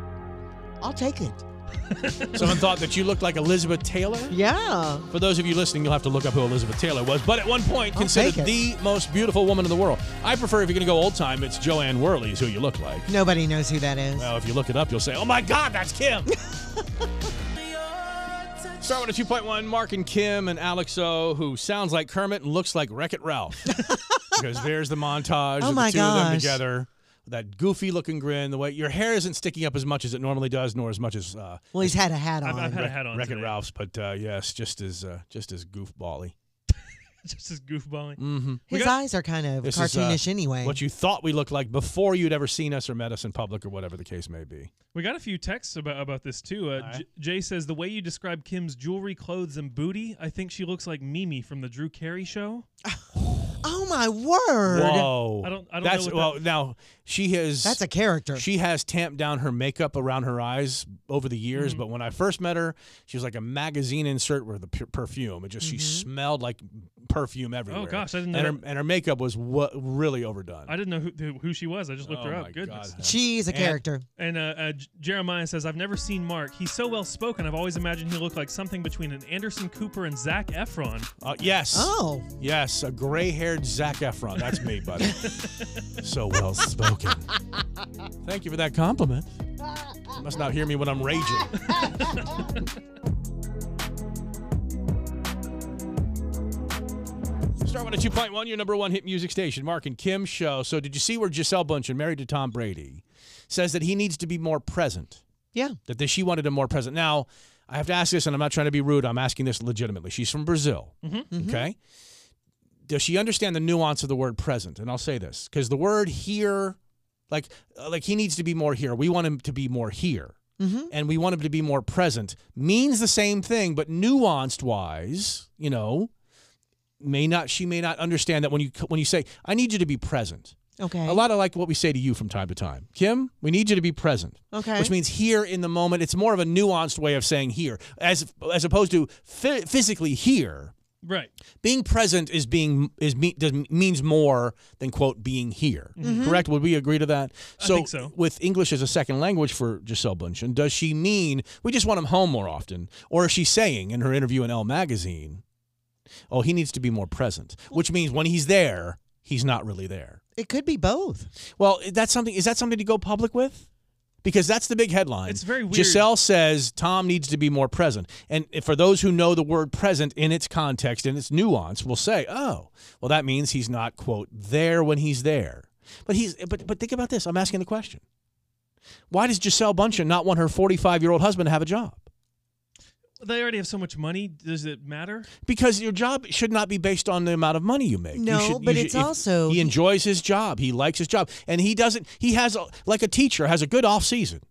I'll take it. Someone thought that you looked like Elizabeth (laughs) Taylor. Yeah. For those of you listening, you'll have to look up who Elizabeth Taylor was, but at one point I'll considered take the most beautiful woman in the world. I prefer if you're going to go old time, it's Joanne Worley is who you look like. Nobody knows who that is. Well, if you look it up, you'll say, "Oh my God, that's Kim." (laughs) Start with a 2.1. Mark and Kim and Alex O, who sounds like Kermit and looks like Wreck It (laughs) Ralph, because there's the montage of Oh the my two of them gosh. together. That goofy looking grin, the way your hair isn't sticking up as much as it normally does, nor as much as uh, Well, he's had a hat on. I've- I've had a hat on. Wreck It today. Ralph's, but uh, yes, just as uh, just as goofbally. (laughs) Just as goofballing. Mm-hmm. We His got- eyes are kind of This is, uh, cartoonish anyway. What you thought we looked like before you'd ever seen us or met us in public or whatever the case may be. We got a few texts about about this too. Uh, J- Jay says the way you describe Kim's jewelry, clothes, and booty, I think she looks like Mimi from the Drew Carey show. oh my word. Whoa! I don't- I don't know That's what that- well now. She has That's a character. She has tamped down her makeup around her eyes over the Mhm. years, but when I first met her, she was like a magazine insert with the pu- perfume. It just she Mm-hmm. smelled like perfume everywhere. Oh, gosh, I didn't and know her, that. and her makeup was what really overdone. I didn't know who- who, who she was. I just looked Oh her my up. Goodness. God. She's a And- character. And, uh, uh, J- Jeremiah says, I've never seen Mark. He's so well spoken. I've always imagined he looked like something between an Anderson Cooper and Zach Efron. Uh, yes. Oh. Yes, a gray-haired Zac Efron. That's me, buddy. so well spoken. Thank you for that compliment. You must not hear me when I'm raging. (laughs) Start one at 2.1, your number one hit music station, Mark and Kim show. So, did you see where Giselle Bundchen, married to Tom Brady, says that he needs to be more present? Yeah. That they, she wanted him more present. Now, I have to ask this, and I'm not trying to be rude. I'm asking this legitimately. She's from Brazil. Okay. Does she understand the nuance of the word present? And I'll say this because the word here, like, uh, like he needs to be more here. We want him to be more here, Mm-hmm. and we want him to be more present. Means the same thing, but nuanced wise, you know, may not she may not understand that when you when you say I need you to be present. Okay. A lot of like what we say to you from time to time, Kim. We need you to be present. Okay. Which means here in the moment. It's more of a nuanced way of saying here, as as opposed to phy- physically here. Right. Being present is being is me, does, means more than quote being here. Mhm. Correct? Would we agree to that? So, think so. with English as a second language for Giselle Bundchen, does she mean we just want him home more often, or is she saying in her interview in Elle magazine, "Oh, he needs to be more present," which means when he's there, he's not really there. It could be both. Well, that's something. Is that something to go public with? Because that's the big headline. It's very weird. Giselle says Tom needs to be more present. And for those who know the word present in its context and its nuance, will say, "Oh, well that means he's not quote there when he's there." But he's but but think about this. I'm asking the question. Why does Giselle Bundchen not want her 45-year-old husband to have a job? They already have so much money. Does it matter? Because your job should not be based on the amount of money you make. You No, should- you but should- it's if- also- he enjoys his job. He likes his job, and he doesn't. He has a, like a teacher has a good off season.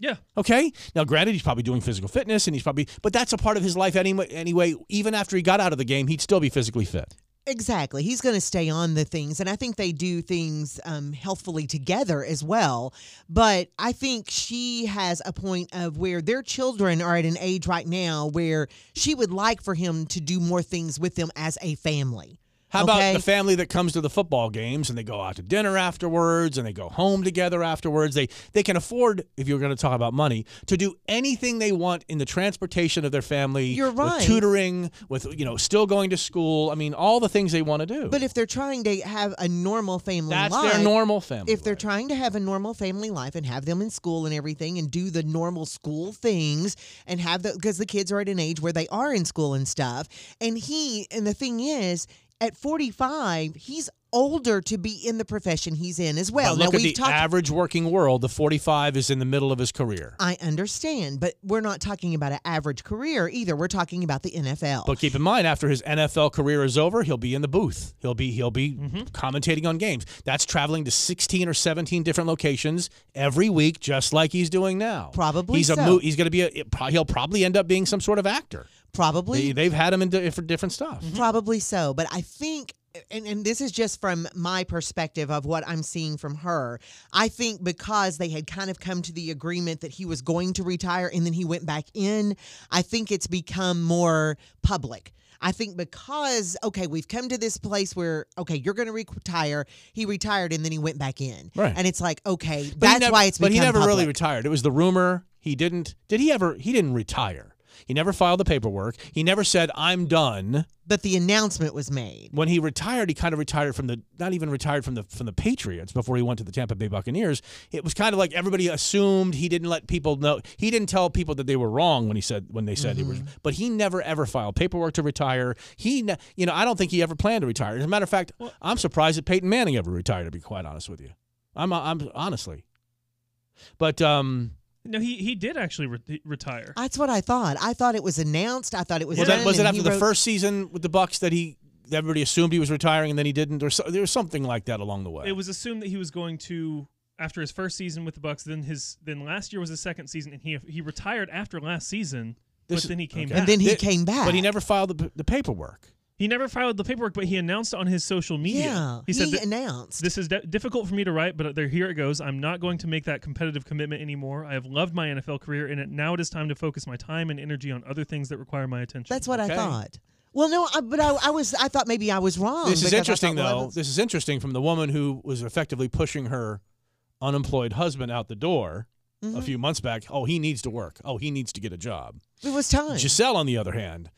Yeah. Okay. Now, granted, he's probably doing physical fitness, and he's probably, but that's a part of his life anyway. Anyway, even after he got out of the game, he'd still be physically fit. Exactly. He's going to stay on the things. And I think they do things um, healthfully together as well. But I think she has a point of where their children are at an age right now where she would like for him to do more things with them as a family. How about Okay? the family that comes to the football games and they go out to dinner afterwards and they go home together afterwards? They they can afford, if you're going to talk about money, to do anything they want in the transportation of their family. You're right. With tutoring, with you know, still going to school. I mean, all the things they want to do. But if they're trying to have a normal family That's life, their normal family If they're trying to have a normal family life and have them in school and everything and do the normal school things and have the because the kids are at an age where they are in school and stuff. And he and the thing is, at 45, he's older to be in the profession he's in as well. But now look at we've the talked average working world. The 45 is in the middle of his career. I understand, but we're not talking about an average career either. We're talking about the NFL. But keep in mind, after his NFL career is over, he'll be in the booth. He'll be he'll be Mm-hmm. commentating on games. That's traveling to 16 or 17 different locations every week, just like he's doing now. Probably he's so. a mo- he's going to be a he'll probably end up being some sort of actor. Probably. they, have had him in di- for different stuff. Probably so, but I think and, and this is just from my perspective of what I'm seeing from her. I think because they had kind of come to the agreement that he was going to retire and then he went back in, I think it's become more public. I think because, okay, we've come to this place where, okay, you're going to retire. He retired and then he went back in. Right. And it's like, okay, But he that's never- why it's But he become never really public. retired. It was the rumor he didn't. Did he ever? He didn't retire. He never filed the paperwork. He never said I'm done. But the announcement was made. when he retired, he kind of retired from the not even retired from the from the Patriots before he went to the Tampa Bay Buccaneers. It was kind of like everybody assumed he didn't let people know he didn't tell people that they were wrong when he said when they said he Mm-hmm. was. But he never ever filed paperwork to retire. He ne- you know I don't think he ever planned to retire. As a matter of fact, I'm surprised that Peyton Manning ever retired. To be quite honest with you, I'm I'm honestly, but um. No, he, he did actually re- retire. That's what I thought. I thought it was announced. I thought it was Was, done, that, was it and after he the wrote- first season with the Bucks that he that everybody assumed he was retiring and then he didn't, or so, there was something like that along the way? It was assumed that he was going to after his first season with the Bucks. Then his then last year was his second season, and he he retired after last season. This but is- then he came okay. back. And then he came back. But he never filed the, the paperwork. He never filed the paperwork, but he announced on his social media. Yeah, he said he that announced. this is di- difficult for me to write, but there, here it goes. I'm not going to make that competitive commitment anymore. I have loved my NFL career, and it, now it is time to focus my time and energy on other things that require my attention. That's what I thought. Well, no, I, but I, I was I thought maybe I was wrong. This is Oh, because I interesting, thought, well, though. This is interesting from the woman who was effectively pushing her unemployed husband out the door a Mhm. few months back. Oh, he needs to work. Oh, he needs to get a job. It was time. Giselle, on the other hand,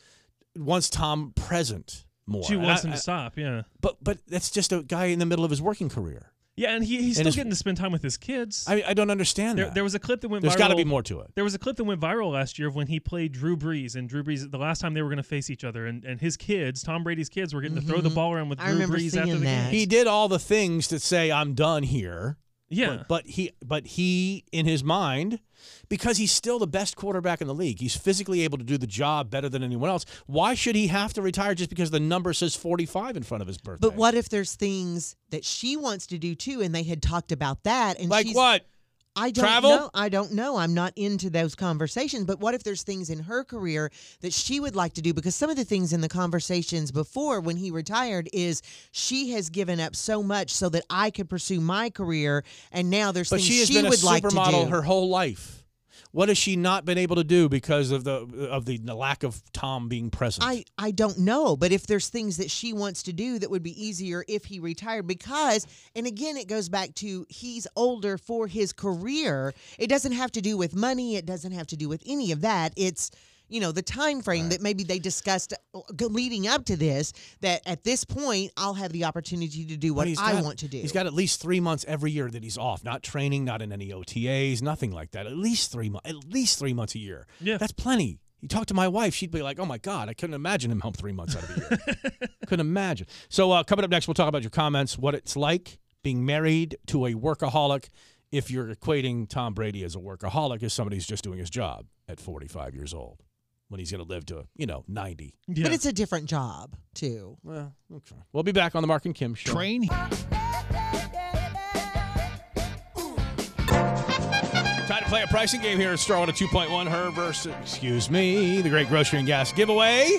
wants Tom present more. She And wants I- him to I- stop. Yeah, But but that's just a guy in the middle of his working career. yeah, and he, And he's still it's- getting to spend time with his kids. I, I don't understand There, that. there was a clip that went. There's viral. got to be more to it. There was a clip that went viral last year of when he played Drew Brees, and Drew Brees the last time they were going to face each other, and, and his kids, Tom Brady's kids, were getting to throw Mm-hmm. the Mhm. ball around with I Drew remember Brees after seeing the game. that. He did all the things to say I'm done here. Yeah. But, but he but he in his mind because he's still the best quarterback in the league. He's physically able to do the job better than anyone else. Why should he have to retire just because the number says 45 in front of his birthday? But what if there's things that she wants to do too, and they had talked about that? And Like she's- what? I don't Travel? know. I don't know. I'm not into those conversations. But what if there's things in her career that she would like to do? Because some of the things in the conversations before when he retired is she has given up so much so that I could pursue my career, and now there's But things she has she been a would like to supermodel do. her whole life. What has she not been able to do because of the of the lack of Tom being present? I, I don't know, but if there's things that she wants to do that would be easier if he retired, because, and again, it goes back to he's older for his career. It doesn't have to do with money, it doesn't have to do with any of that. It's, you know, the time frame that maybe they discussed uh, g- leading up to this, that at this point, I'll have the opportunity to do But what he's I got- want to do. He's got at least three months every year that he's off, not training, not in any OTAs, nothing like that. At least three months. At least three months a year. Yeah, that's plenty. You talk to my wife, she'd be like, "Oh my God, I couldn't imagine him home three months out of the year. (laughs) couldn't imagine." So uh, coming up next, we'll talk about your comments, what it's like being married to a workaholic. If you're equating Tom Brady as a workaholic as somebody who's just doing his job at 45 years old, when he's going to live to you know 90. But it's a different job, too. Well, okay. We'll be back on the Mark and Kim show. Train. Time to play a pricing game here at Star One 2.1 Her versus, excuse me, the great grocery and gas giveaway.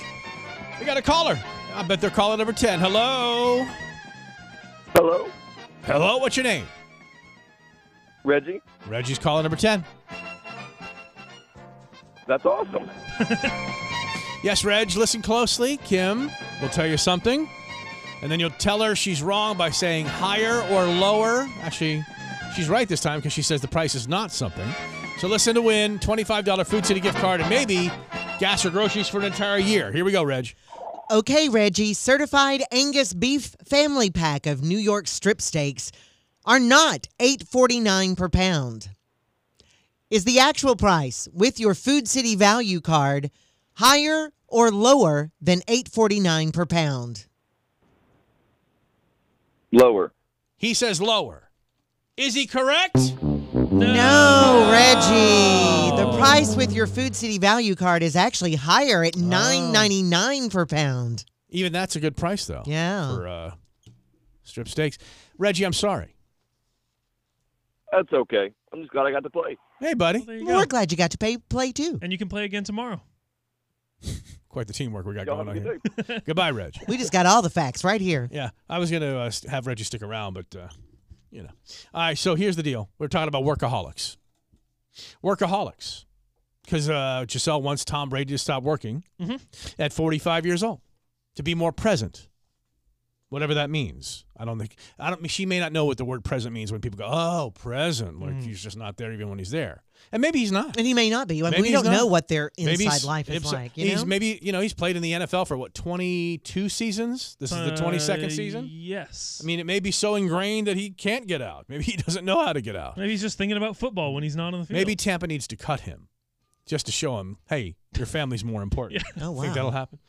We got a caller. I bet they're caller number 10. Hello. Hello. Hello. What's your name? Reggie. Reggie's caller number 10. That's awesome. Yes, Reg, listen closely. Kim will tell you something, and then you'll tell her she's wrong by saying higher or lower. Actually, she's right this time because she says the price is not something. So listen to win $25 Food City gift card and maybe gas or groceries for an entire year. Here we go, Reg. Okay, Reggie, certified Angus beef family pack of New York strip steaks are not $8.49 per pound. Is the actual price with your Food City value card higher or lower than $8.49 per pound? Lower. He says lower. Is he correct? No, Reggie. The price with your Food City value card is actually higher at $9.99 per pound. Even that's a good price, though. Yeah. For uh, strip steaks. Reggie, I'm sorry. That's okay. I'm just glad I got to play. Hey, buddy. Well, we're glad you got to pay, play too. And you can play again tomorrow. Quite the teamwork we got Y'all going have on a here. (laughs) Goodbye, Reg. We just got all the facts right here. Yeah, I was going to uh, st- have Reggie stick around, but uh, you know. All right, so here's the deal. We're talking about workaholics. Workaholics. Because uh, Giselle wants Tom Brady to stop working Mm-hmm. at 45 years old to be more present. Whatever that means, I don't think I don't. She may not know what the word present means when people go, "Oh, present," Mm. like he's just not there even when he's there, and maybe he's not. And he may not be. I mean, Maybe we he's don't know not. what their Maybe inside he's- life is if so- like. You he's know? maybe you know he's played in the NFL for what 22 seasons. This is the 22nd Uh, season. Yes. I mean, it may be so ingrained that he can't get out. Maybe he (laughs) doesn't know how to get out. Maybe he's just thinking about football when he's not on the field. Maybe Tampa needs to cut him just to show him, hey, your family's more important. Oh, Think wow. that'll happen?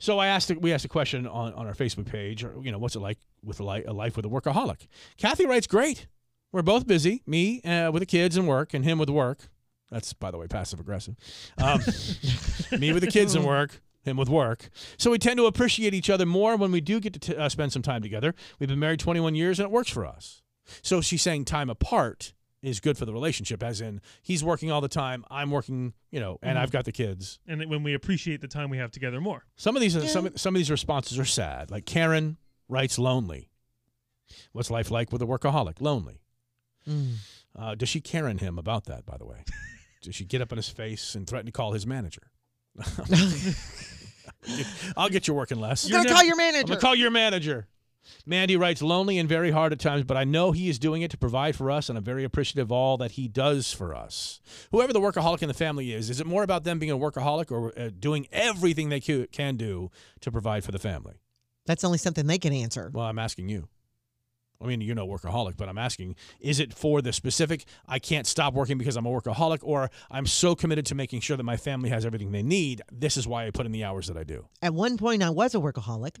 So I asked, we asked a question on, on our Facebook page, or, you know, what's it like with a, li- a life with a workaholic? Kathy writes, great. We're both busy, me uh, with the kids and work, and him with work. That's, by the way, passive aggressive. Um, (laughs) me with the kids and work, him with work. So we tend to appreciate each other more when we do get to t- uh, spend some time together. We've been married 21 years and it works for us. So she's saying time apart is good for the relationship, as in he's working all the time, I'm working, you know, and Mm-hmm. Mhm. I've got the kids. and it- when we appreciate the time we have together more. Some of these some some of these responses are sad. Like Karen writes lonely. What's life like with a workaholic? Lonely. Mm. Uh, does she Karen him about that? By the way, does she get up in his face and threaten to call his manager? (laughs) I'll get you working less. I'm gonna You're call never- your manager. I'm gonna call your manager. Mandy writes lonely and very hard at times, but I know he is doing it to provide for us, and I'm very appreciative of all that he does for us. Whoever the workaholic in the family is, is it more about them being a workaholic or uh, doing everything they cu- can do to provide for the family? That's only something they can answer. Well, I'm asking you. I mean, you're no workaholic, but I'm asking, is it for the specific, I can't stop working because I'm a workaholic, or I'm so committed to making sure that my family has everything they need? This is why I put in the hours that I do. At one point, I was a workaholic,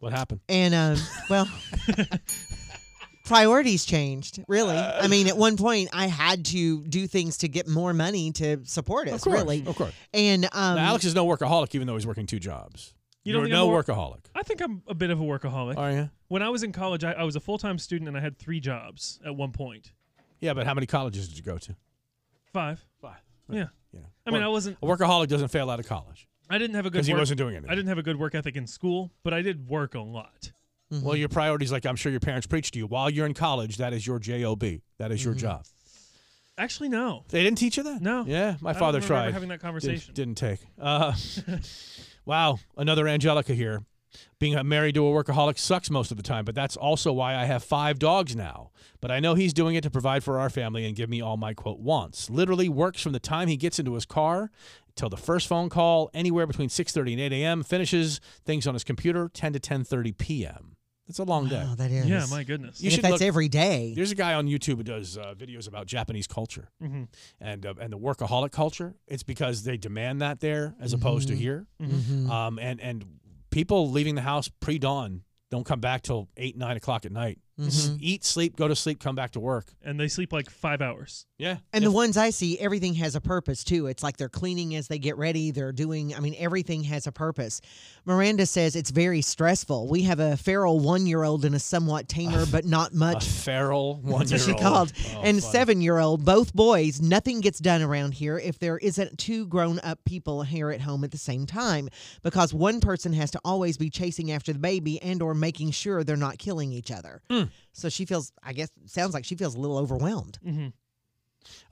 What happened? (laughs) and um, well, priorities changed. Really, I mean, at one point, I had to do things to get more money to support us. Of course. really, Of course. And um, Now, Alex is no workaholic, even though he's working two jobs. You You don't are think I'm no a wor- workaholic. I think I'm a bit of a workaholic. Are you? When I was in college, I, I was a full time student and I had three jobs at one point. Yeah, but how many colleges did you go to? Five. Five. Yeah. Yeah. I mean, Work- I wasn't. A workaholic doesn't fail out of college. I didn't have a good. 'Cause he work- wasn't doing anything. I didn't have a good work ethic in school, but I did work a lot. Well, your priorities, like I'm sure your parents preached to you while you're in college, that is your job. That is your Mhm. job. Actually, no. They didn't teach you that. No. Yeah, my I don't father remember tried. ever having that Did- conversation. Didn't, take. Uh, (laughs) wow, another Angelica here. Being a- married to a workaholic sucks most of the time, but that's also why I have five dogs now. But I know he's doing it to provide for our family and give me all my quote wants. Literally works from the time he gets into his car till the first phone call, anywhere between 6:30 and 8 a.m. Finishes things on his computer 10 to 10:30 p.m. That's a long day. Oh, that is. Yeah, my goodness. You And if should that's look- every day. There's a guy on YouTube who does uh, videos about Japanese culture Mhm. and uh, and the workaholic culture. It's because they demand that there as opposed to Mhm. here. Mm-hmm. Mhm. Mm. Um, and and people leaving the house pre dawn don't come back till eight nine o'clock at night. S- Mhm. Eat, sleep, go to sleep, come back to work. And they sleep like five hours. Yeah, And the ones I see, everything has a purpose too. It's like they're cleaning as they get ready. They're doing, I mean, everything has a purpose. Miranda says it's very stressful. We have a feral one year old and a (laughs) somewhat tamer, but not a much. feral one That's year what she old. called. Oh, and funny. seven year old, both boys, nothing gets done around here if there isn't two grown up people here at home at the same time because one person has to always be chasing after the baby and or making sure they're not killing each other. Hmm. So she feels, I guess, sounds like she feels a little overwhelmed.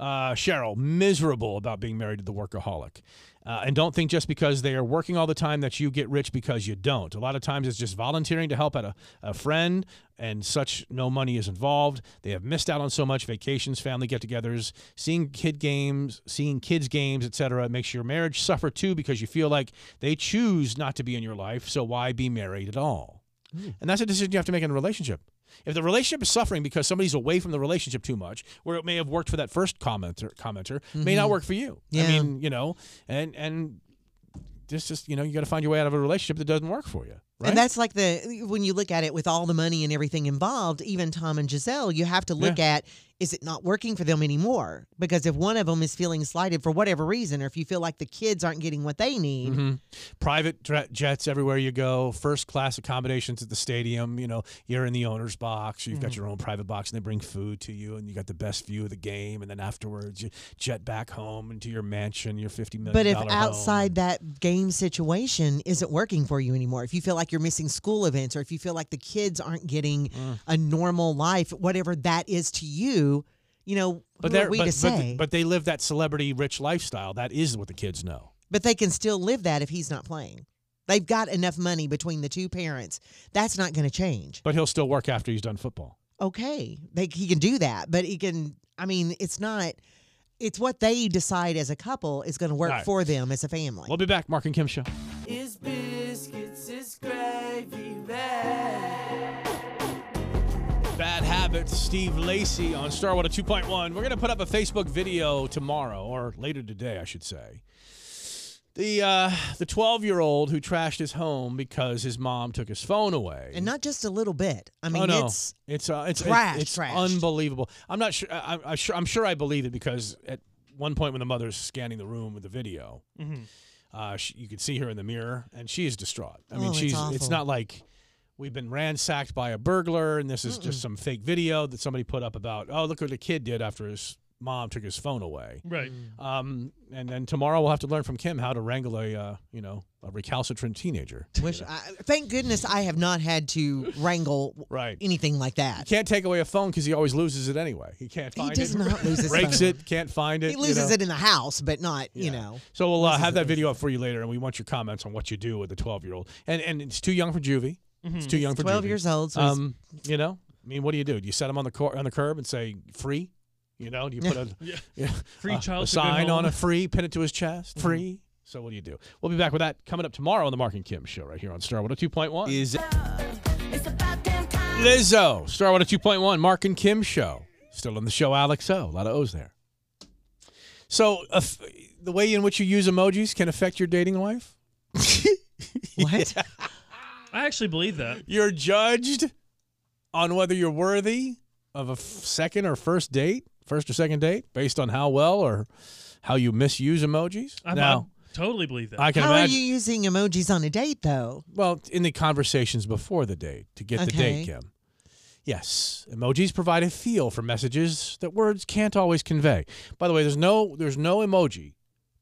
Uh, Cheryl, miserable about being married to the workaholic. Uh, and don't think just because they are working all the time that you get rich because you don't. A lot of times it's just volunteering to help out a, a friend, and such no money is involved. They have missed out on so much vacations, family get togethers, seeing kid games, seeing kids' games, etc. It makes your marriage suffer too because you feel like they choose not to be in your life, so why be married at all? And that's a decision you have to make in a relationship. If the relationship is suffering because somebody's away from the relationship too much, where it may have worked for that first commenter, commenter may not Mhm. work for you. I Yeah. mean, you know, and and this just you know you got to find your way out of a relationship that doesn't work for you. Right? And that's like the when you look at it with all the money and everything involved, even Tom and Giselle, you have to look at is it not working for them anymore? Because if one of them is feeling slighted for whatever reason, or if you feel like the kids aren't getting what they need, Mhm. Private dra- jets everywhere you go, first class accommodations at the stadium. You know, you're in the owner's box, you've Mm-hmm. got your own private box, and they bring food to you, and you got the best view of the game. And then afterwards, you jet back home into your mansion, your fifty million. but if dollar home. outside that game situation isn't working for you anymore, if you feel like you're missing school events, or if you feel like the kids aren't getting Mm. a normal life, whatever that is to you, you know, But who are they're we but, to but, say? but they live that celebrity rich lifestyle. That is what the kids know. But they can still live that if he's not playing. They've got enough money between the two parents. That's not going to change. But he'll still work after he's done football. Okay, they, he can do that, but he can. I mean, it's not. It's what they decide as a couple is going to work All right. for them as a family. We'll be back, Mark and Kim show. Is biscuits, is gravy red? Bad Habits, Steve Lacey on oh Starwater 2.1. We're going to put up a Facebook video tomorrow, or later today, I should say. The uh, the 12 year old who trashed his home because his mom took his phone away. and not just a little bit. I mean, oh, no. it's it's uh, it's trash, It's, it's trash. unbelievable. I'm not sure. I, I'm sure. I'm sure I believe it because at one point when the mother's scanning the room with the video, Mhm. Mm-hmm. uh, she, you could see her in the mirror, and she is distraught. I mean, Oh, it's she's. It's awful. not like we've been ransacked by a burglar, and this is just some fake video that somebody put up about, oh, look what the kid did after his mom took his phone away. Right. Um, and then tomorrow we'll have to learn from Kim how to wrangle a, uh, you know, a recalcitrant teenager. (laughs) Wish I, thank goodness I have not had to wrangle right. anything like that. Can't take away a phone because he always loses it anyway. He can't find does it. not lose his Breaks phone. it. Can't find it. He loses you know. it in the house, but not, (laughs) you know. So we'll uh, have that video up for you later, and we want your comments on what you do with the 12 year old. And and it's too young for juvie. It's Mhm. too young He's for 12 juvie. years old, so he's- um, you know, I mean, what do you do? Do you set him on the cor- on the curb and say free? You know, do you put (laughs) a Yeah. yeah, Free a- child a to go sign on home. Mm-hmm. a free, pin it to his chest, free? So what do you do? We'll be back with that coming up tomorrow on the Mark and Kim show right here on Star 102.1. Is Lizzo, Star 102.1, Mark and Kim show. Still on the show, Alex O. A lot of O's there. So, uh, f- the way in which you use emojis can affect your dating life? what? I actually believe that. You're judged on whether you're worthy of a f- second or first date, first or second date, based on how well or how you misuse emojis. I, now, I totally believe that. I can How imagine. are you using emojis on a date, though? Well, in the conversations before the date to get the Okay. date, Kim. Yes, emojis provide a feel for messages that words can't always convey. By the way, there's no there's no emoji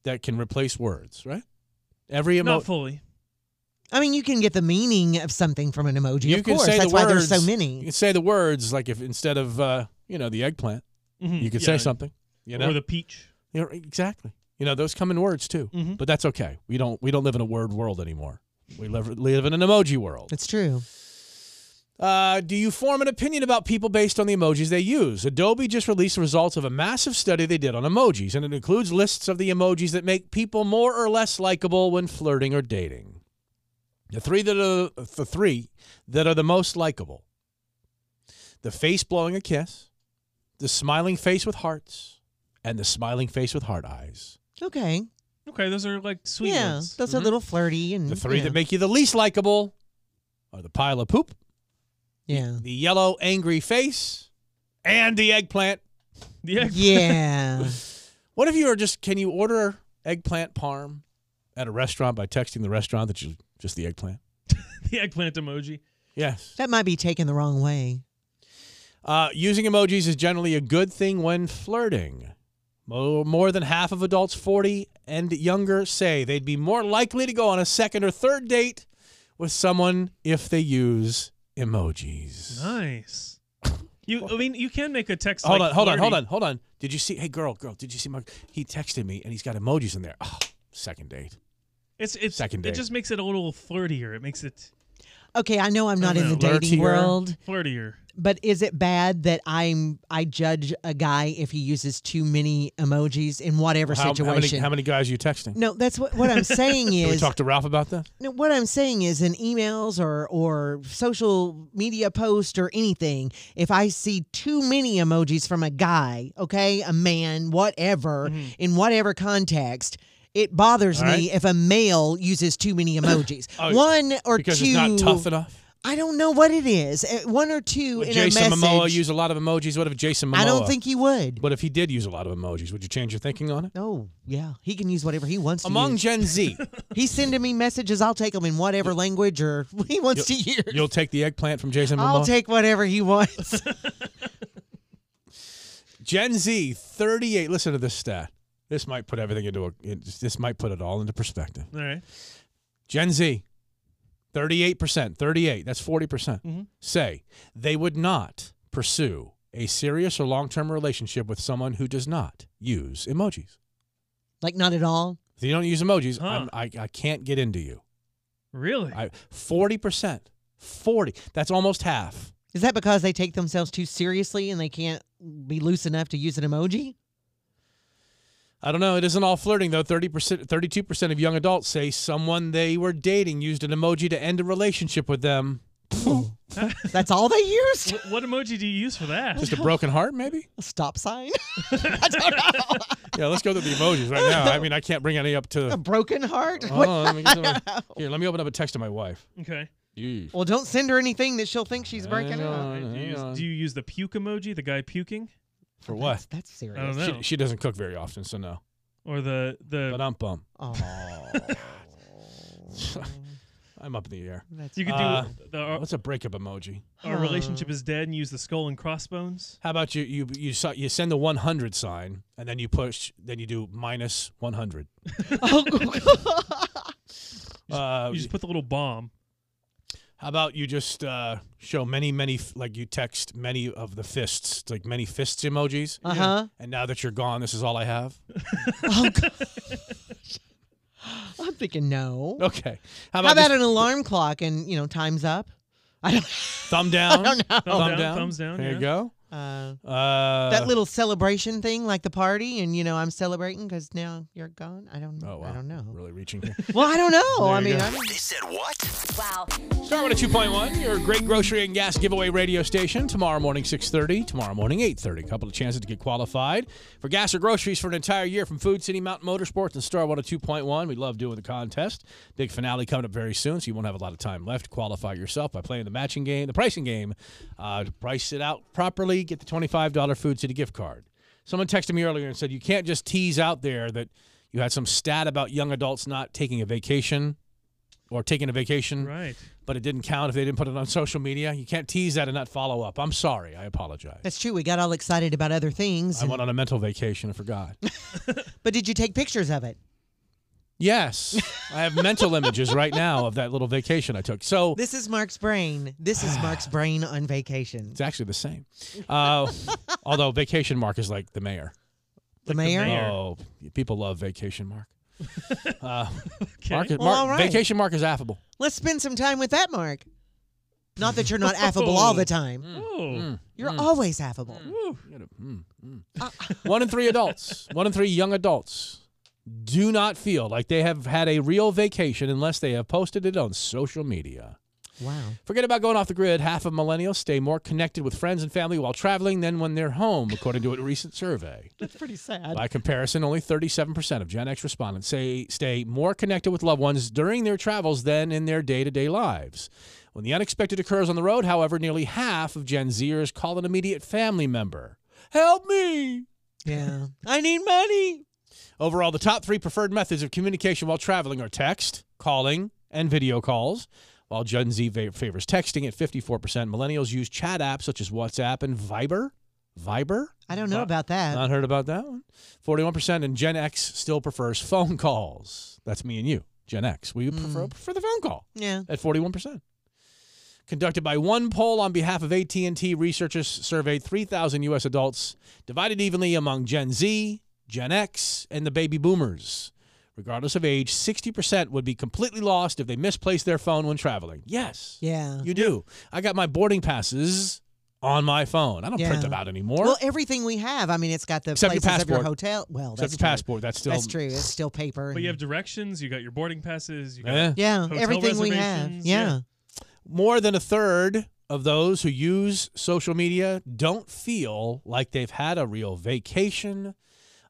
that can replace words, right? Every emoji Not fully. I mean, you can get the meaning of something from an emoji. of course, that's why there's so many. You can say the words like if instead of uh, you know the eggplant, Mhm, you could yeah. say something. You know, Or the peach. Yeah, right, exactly. You know, those come in words too. Mm-hmm. Mhm. But that's okay. We don't we don't live in a word world anymore. We live live in an emoji world. It's true. Uh, do you form an opinion about people based on the emojis they use? Adobe just released the results of a massive study they did on emojis, and it includes lists of the emojis that make people more or less likable when flirting or dating. The three that are the three that are the most likable: the face blowing a kiss, the smiling face with hearts, and the smiling face with heart eyes. Okay. Okay, those are like sweet yeah, ones. those are little flirty and Mm-hmm. The three Mm-hmm. yeah. that make you the least likable are the pile of poop, yeah. the yellow angry face, and the eggplant. The (laughs) eggplant. Yeah. what if you are just? Can you order eggplant parm at a restaurant by texting the restaurant that you just the eggplant? (laughs) the eggplant emoji. Yes. That might be taken the wrong way. Uh, using emojis is generally a good thing when flirting. Mo- More than half of adults 40 and younger say they'd be more likely to go on a second or third date with someone if they use emojis. Nice. You, I mean, you can make a text. Hold like on, hold on, flirty. hold on, hold on. Did you see? Hey, girl, girl, did you see my? He texted me and he's got emojis in there. Oh, second date. It's it's Second It date. just makes it a little flirtier. It makes it Okay, I know I'm not I in the don't know, dating flirtier- world, Flirtier. but is it bad that I'm I judge a guy if he uses too many emojis in whatever How- how many- situation? How many, guys are you texting? no, that's what what I'm saying (laughs) Can we is talk to Ralph about that? No, what I'm saying is in emails or or social media post or anything, if I see too many emojis from a guy, okay, a man, whatever, Mm-hmm. in whatever context, it bothers All me right. if a male uses (coughs) too many emojis. Oh, One or because two. it's not tough enough. I don't know what it is. Uh, One or two Would in Jason a Momoa message. use a lot of emojis? What if Jason Momoa? I don't think he would. But if he did use a lot of emojis, would you change your thinking on it? No, yeah, he can use whatever he wants. to (laughs) Among use. Gen Z, he's sending me messages. I'll take them in whatever language or (laughs) he wants to use. (laughs) you'll take the eggplant from Jason Momoa. I'll take whatever he wants. Gen Z, 38. Listen to this stat. This might put everything into a. It, this might put it all into perspective. All right. Gen Z, 38%, 38, that's 40%, percent Mhm. say they would not pursue a serious or long term relationship with someone who does not use emojis. (laughs) like not at all. If you don't use emojis, Huh. I'm, I, I can't get into you. Really? I, 40%, 40, that's almost half. Is that because they take themselves too seriously and they can't be loose enough to use an emoji? I don't know. It isn't all flirting though. Thirty percent, thirty-two percent of young adults say someone they were dating used an emoji to end a relationship with them. That's all they used. Wh- what emoji do you use for (laughs) that? (laughs) Just a broken heart, maybe. A (laughs) stop sign, Yeah, let's go through the emojis right now. I mean, I can't bring any up to. (laughs) (laughs) a broken heart. Hold on, let me get some of- Here, let me open up a text to my wife. (laughs) Okay. well, don't send her anything that she'll think she's breaking up. Do you, use, do you use the puke emoji? The guy puking, For what? That's serious. I don't know. She, she doesn't cook very often, so no. uh, or the the But I'm bum. Oh. I'm up in the air. You could do the- uh, what's a breakup emoji? Our relationship is dead, and use the skull and crossbones. How about you? You you saw, you send the 100 sign and then you push. Then you do minus 100. uh, you just put the little bomb. How about you just uh, show many many f- like you text many of the fists it's like many fists emojis. (laughs) Uh-huh. And now that you're gone, this is all I (laughs) have. I'm thinking no. Okay. How about, an alarm clock and you know time's up? I don't. (laughs) Thumb down. I don't know. Thumb down, Oh, thumbs down, There you yeah. go. Uh, Uh, that little celebration thing, like the party, and you know I'm celebrating because now you're gone. I don't. know. I don't know. oh, Really reaching here. Well, I don't know. There I you mean, go. I don't- Wow. Starting at 2.1, your great grocery and gas giveaway radio station. Tomorrow morning, 6.30. Tomorrow morning, 8.30. A couple of chances to get qualified for gas or groceries for an entire year from Food City, Mountain Motorsports, and Star 102.1. We love doing the contest. Big finale coming up very soon, so you won't have a lot of time left. Qualify yourself by playing the matching game, the pricing game. Uh, to price it out properly, get the $25 Food City gift card. Someone texted me earlier and said, you can't just tease out there that you had some stat about young adults not taking a vacation or taking a vacation. Right. But it didn't count if they didn't put it on social media. You can't tease that and not follow up. I'm sorry. I apologize. that's true. We got all excited about other things. I and- went on a mental vacation. I forgot. (laughs) but did you take pictures of it? Yes. I have mental images right now of that little vacation I took. So This is Mark's brain. (sighs) This is Mark's brain on vacation. it's actually the same. Uh, (laughs) although vacation mark is like the mayor. The mayor? mayor. Oh, people love vacation (laughs) mark. Uh, Mark, Well, Mark- all right. Vacation mark is affable. Let's spend some time with that, Mark. Not (laughs) that you're not affable all the time. Mm. Hmm. Oh, You're always affable. One in three adults, one in three young adults do not feel like they have had a real vacation unless they have posted it on social media. Wow. Forget about going off the grid. Half of millennials stay more connected with friends and family while traveling than when they're home, according to a recent survey. (laughs) That's pretty sad. By comparison, only 37% of Gen X respondents say stay more connected with loved ones during their travels than in their day to day lives. When the unexpected occurs on the road, however, nearly half of Gen Zers call an immediate family member. Help me! Yeah. I need money! Overall, the top three preferred methods of communication while traveling are text, calling, and video calls. While Gen Z va- favors texting at 54%, millennials use chat apps such as WhatsApp and Viber. Viber? I don't know Vi- about that. Not heard about that one. 41% and Gen X still prefers phone calls. That's me and you, Gen X. We Hmm. prefer, prefer the phone call Yeah. at 41%. Conducted by one poll on behalf of AT&T, researchers surveyed 3,000 U.S. adults, divided evenly among Gen Z, Gen X, and the baby boomers. Regardless of age, 60% would be completely lost if they misplaced their phone when traveling. Yes, Yeah. you do. I got my boarding passes on my phone. I don't print Yeah. them out anymore. well, everything we have. I mean, it's got the Except your places of your passport. hotel. Well, Except that's your true. passport, that's still- that's true. It's still paper. But and- you have directions. You got your boarding passes. You got Yeah. Yeah, hotel everything we have. reservations, Yeah. More than a third of those who use social media don't feel like they've had a real vacation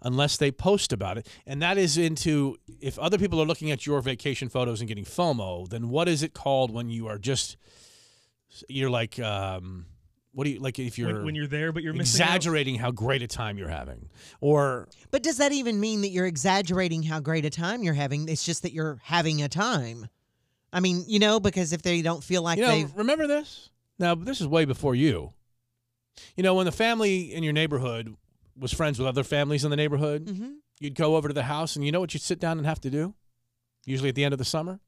unless they post about it. And that is into if other people are looking at your vacation photos and getting FOMO, then what is it called when you are just you're like um what do you like if When- you're when you're there, but you're missing out. exaggerating how great a time you're having or But does that even mean that you're exaggerating how great a time you're having? It's just that you're having a time. I mean, you know, because if they don't feel like you know, they've remember this? Now, this is way before you. You know, when the family in your neighborhood was friends with other families in the neighborhood, Mm-hmm. you'd go over to the house, and you know what you'd sit down and have to do? Usually at the end of the summer?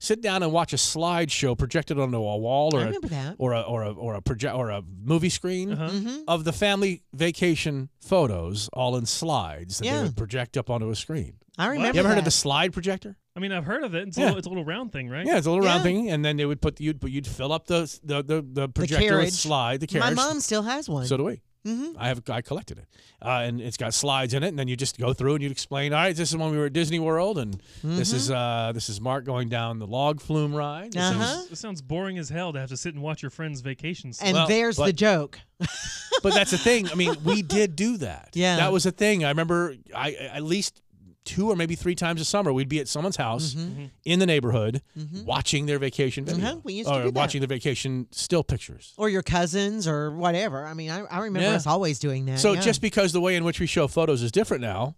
Sit down and watch a slideshow projected onto a wall or I a, remember that. or a or a or a proje- or a movie screen Uh-huh. Mhm. of the family vacation photos all in slides that Yeah. they would project up onto a screen. I remember You ever heard that. of the slide projector? I mean, I've heard of it. It's, a Yeah. little, it's a little round thing, right? Yeah, it's a little round Yeah. thing, and then they would put you'd put you'd fill up the the the, the projector carriage. with slide the carriage. My mom still has one. So do we. Mhm. I have I collected it, uh, and it's got slides in it, and then you just go through and you'd explain. All right, this is when we were at Disney World, and this is Mm-hmm. uh, this is Mark going down the log flume ride. This It is- Uh-huh. sounds, it sounds boring as hell to have to sit and watch your friends' vacations. And Well, there's the but- joke. but that's the thing. I (laughs) mean, we did do that. Yeah. that was a thing. I remember I at least two or maybe three times a summer we'd be at someone's house in the neighborhood watching their vacation video Mm-hmm. Uh-huh, we used to or do that. watching their vacation still pictures. Or your cousins or whatever. I mean, I, I remember Yeah. us always doing that. So yeah. just because the way in which we show photos is different now,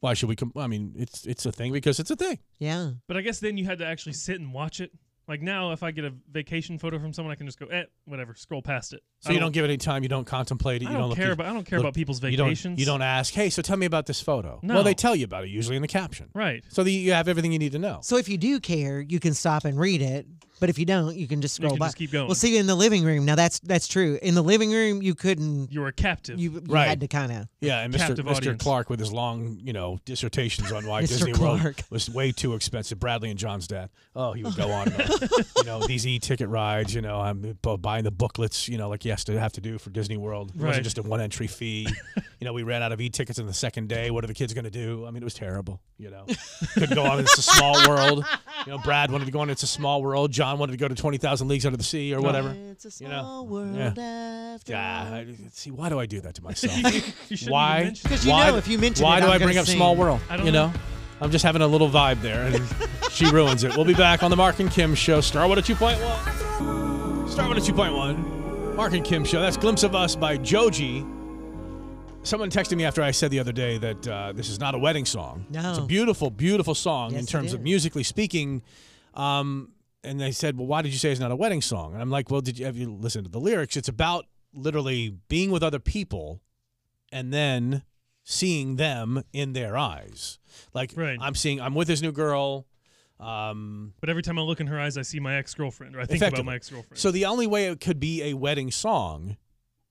Why should we? Com- I mean, it's it's a thing because it's a thing. Yeah. But I guess then you had to actually sit and watch it. Like now, if I get a vacation photo from someone, I can just go, eh, whatever, scroll past it. So you don't give it any time. You don't contemplate it. I you don't look care at- about- I don't care about people's you don't- vacations. You don't, ask. Hey, so tell me about this photo. No. Well, they tell you about it usually in the caption. Right. So that you have everything you need to know. So if you do care, you can stop and read it. But if you don't, you can just You scroll can by. just keep going. Well, see in the living room. Now that's that's true. In the living room, you couldn't. You were captive. You, you Right. had to kind of. Yeah, and Mr. Captive Mr. audience. Clark with his long, you know, dissertations on (laughs) why Mr. Disney World Clark. was way too expensive. Bradley and John's dad. Oh, he would go on, (laughs) about, you know, these e-ticket rides. You know, I'm bu- buying the booklets. You know, like you has to have to do for Disney World. It Right. wasn't just a one-entry fee. (laughs) you know, we ran out of e-tickets on the second day. What are the kids going to do? I mean, it was terrible. You (laughs) know, could go on. It's a small world. You know, Brad wanted to go on. It's a small world. John wanted to go to Twenty Thousand Leagues Under the Sea or whatever. It's a small world after Yeah, I, see, why do I do that to myself? (laughs) You shouldn't why? have mentioned it. 'Cause you why know if you mention why it, do I'm I bring gonna up sing. Small World? I don't you know? know. I'm just having a little vibe there, and she ruins it. We'll be back on the Mark and Kim Show, oh Starwood at 2.1. Starwood at 2.1. Mark and Kim Show. That's Glimpse of Us by Joji. Someone texted me after I said the other day that uh, this is not a wedding song. No. It's a beautiful, beautiful song Yes, in it terms of is. musically speaking. Um, and they said, "Well, why did you say it's not a wedding song?" And I'm like, "Well, did you have you listened to the lyrics? It's about literally being with other people, and then seeing them in their eyes. Like I'm seeing, I'm with this new girl. Um, But every time I look in her eyes, I see my ex girlfriend, or I think about Effectively. my ex girlfriend. So the only way it could be a wedding song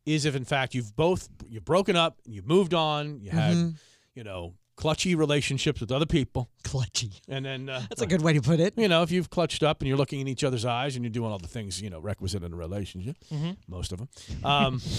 is if, in fact, you've both you've broken up, you've moved on, you had, Mhm. you know, clutchy relationships with other people. Clutchy. And then uh, That's a good way to put it. You know, if you've clutched up and you're looking in each other's eyes and you're doing all the things you know requisite in a relationship, Mhm. most of them. Um, (laughs)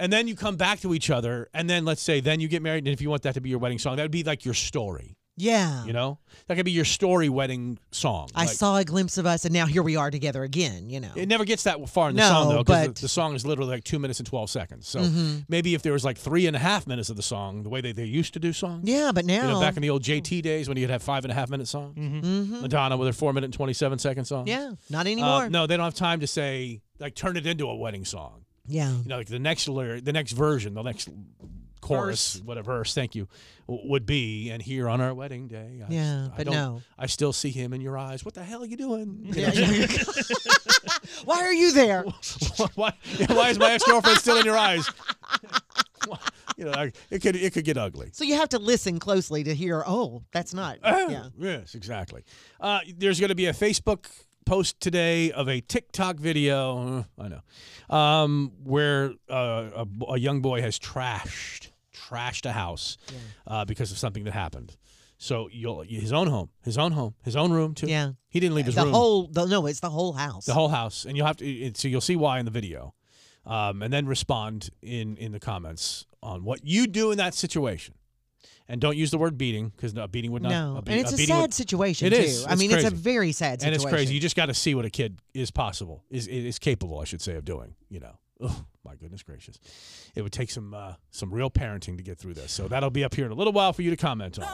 And then you come back to each other, and then let's say then you get married, and if you want that to be your wedding song, that would be like your story. Yeah. You know, that could be your story wedding song. I Like, saw a glimpse of us, and now here we are together again. You know. It never gets that far in the song No, though, because but- the, the song is literally like two minutes and twelve seconds. So Mhm. maybe if there was like three and a half minutes of the song, the way they, they used to do songs. Yeah, but You know, now- back in the old JT days when you'd have five and a half minute songs. Mhm. Madonna with her four minute and twenty seven second song. Yeah, not Uh, anymore. no, they don't have time to say like turn it into a wedding song. Yeah. You know, like the next lyric, the next version, the next chorus, Verse. whatever verse, thank you, w- would be and here on our wedding day. I Yeah, I but don't- no. I still see him in your eyes. What the hell are you doing? (laughs) You know? (laughs) Why are you there? why, yeah, why is my ex girlfriend still in your eyes? (laughs) You know, like, it could it could get ugly. So you have to listen closely to hear. Oh, that's (laughs) not. Oh, yeah. Yes, exactly. Uh, there's going to be a Facebook post today of a TikTok video. uh, I know, um, where uh, a, bo- a young boy has trashed trashed a house uh, because of something that happened. So you'll his own home, his own home, his own room too. Yeah. he didn't leave his The room. whole. The, no, it's the whole house. The whole house, and you'll have to. it- So you'll see why in the video, um, and then respond in in the comments on what you do in that situation. And don't use the word beating because a beating would not. No, a beat- and it's a beating sad would- situation, It too. is. I mean, it's a crazy. very sad And it's crazy. situation. You just got to see what a kid is possible is is capable, I should say, of doing. You know. (laughs) Oh my goodness gracious! It would take some uh, some real parenting to get through this. So that'll be up here in a little while for you to comment on.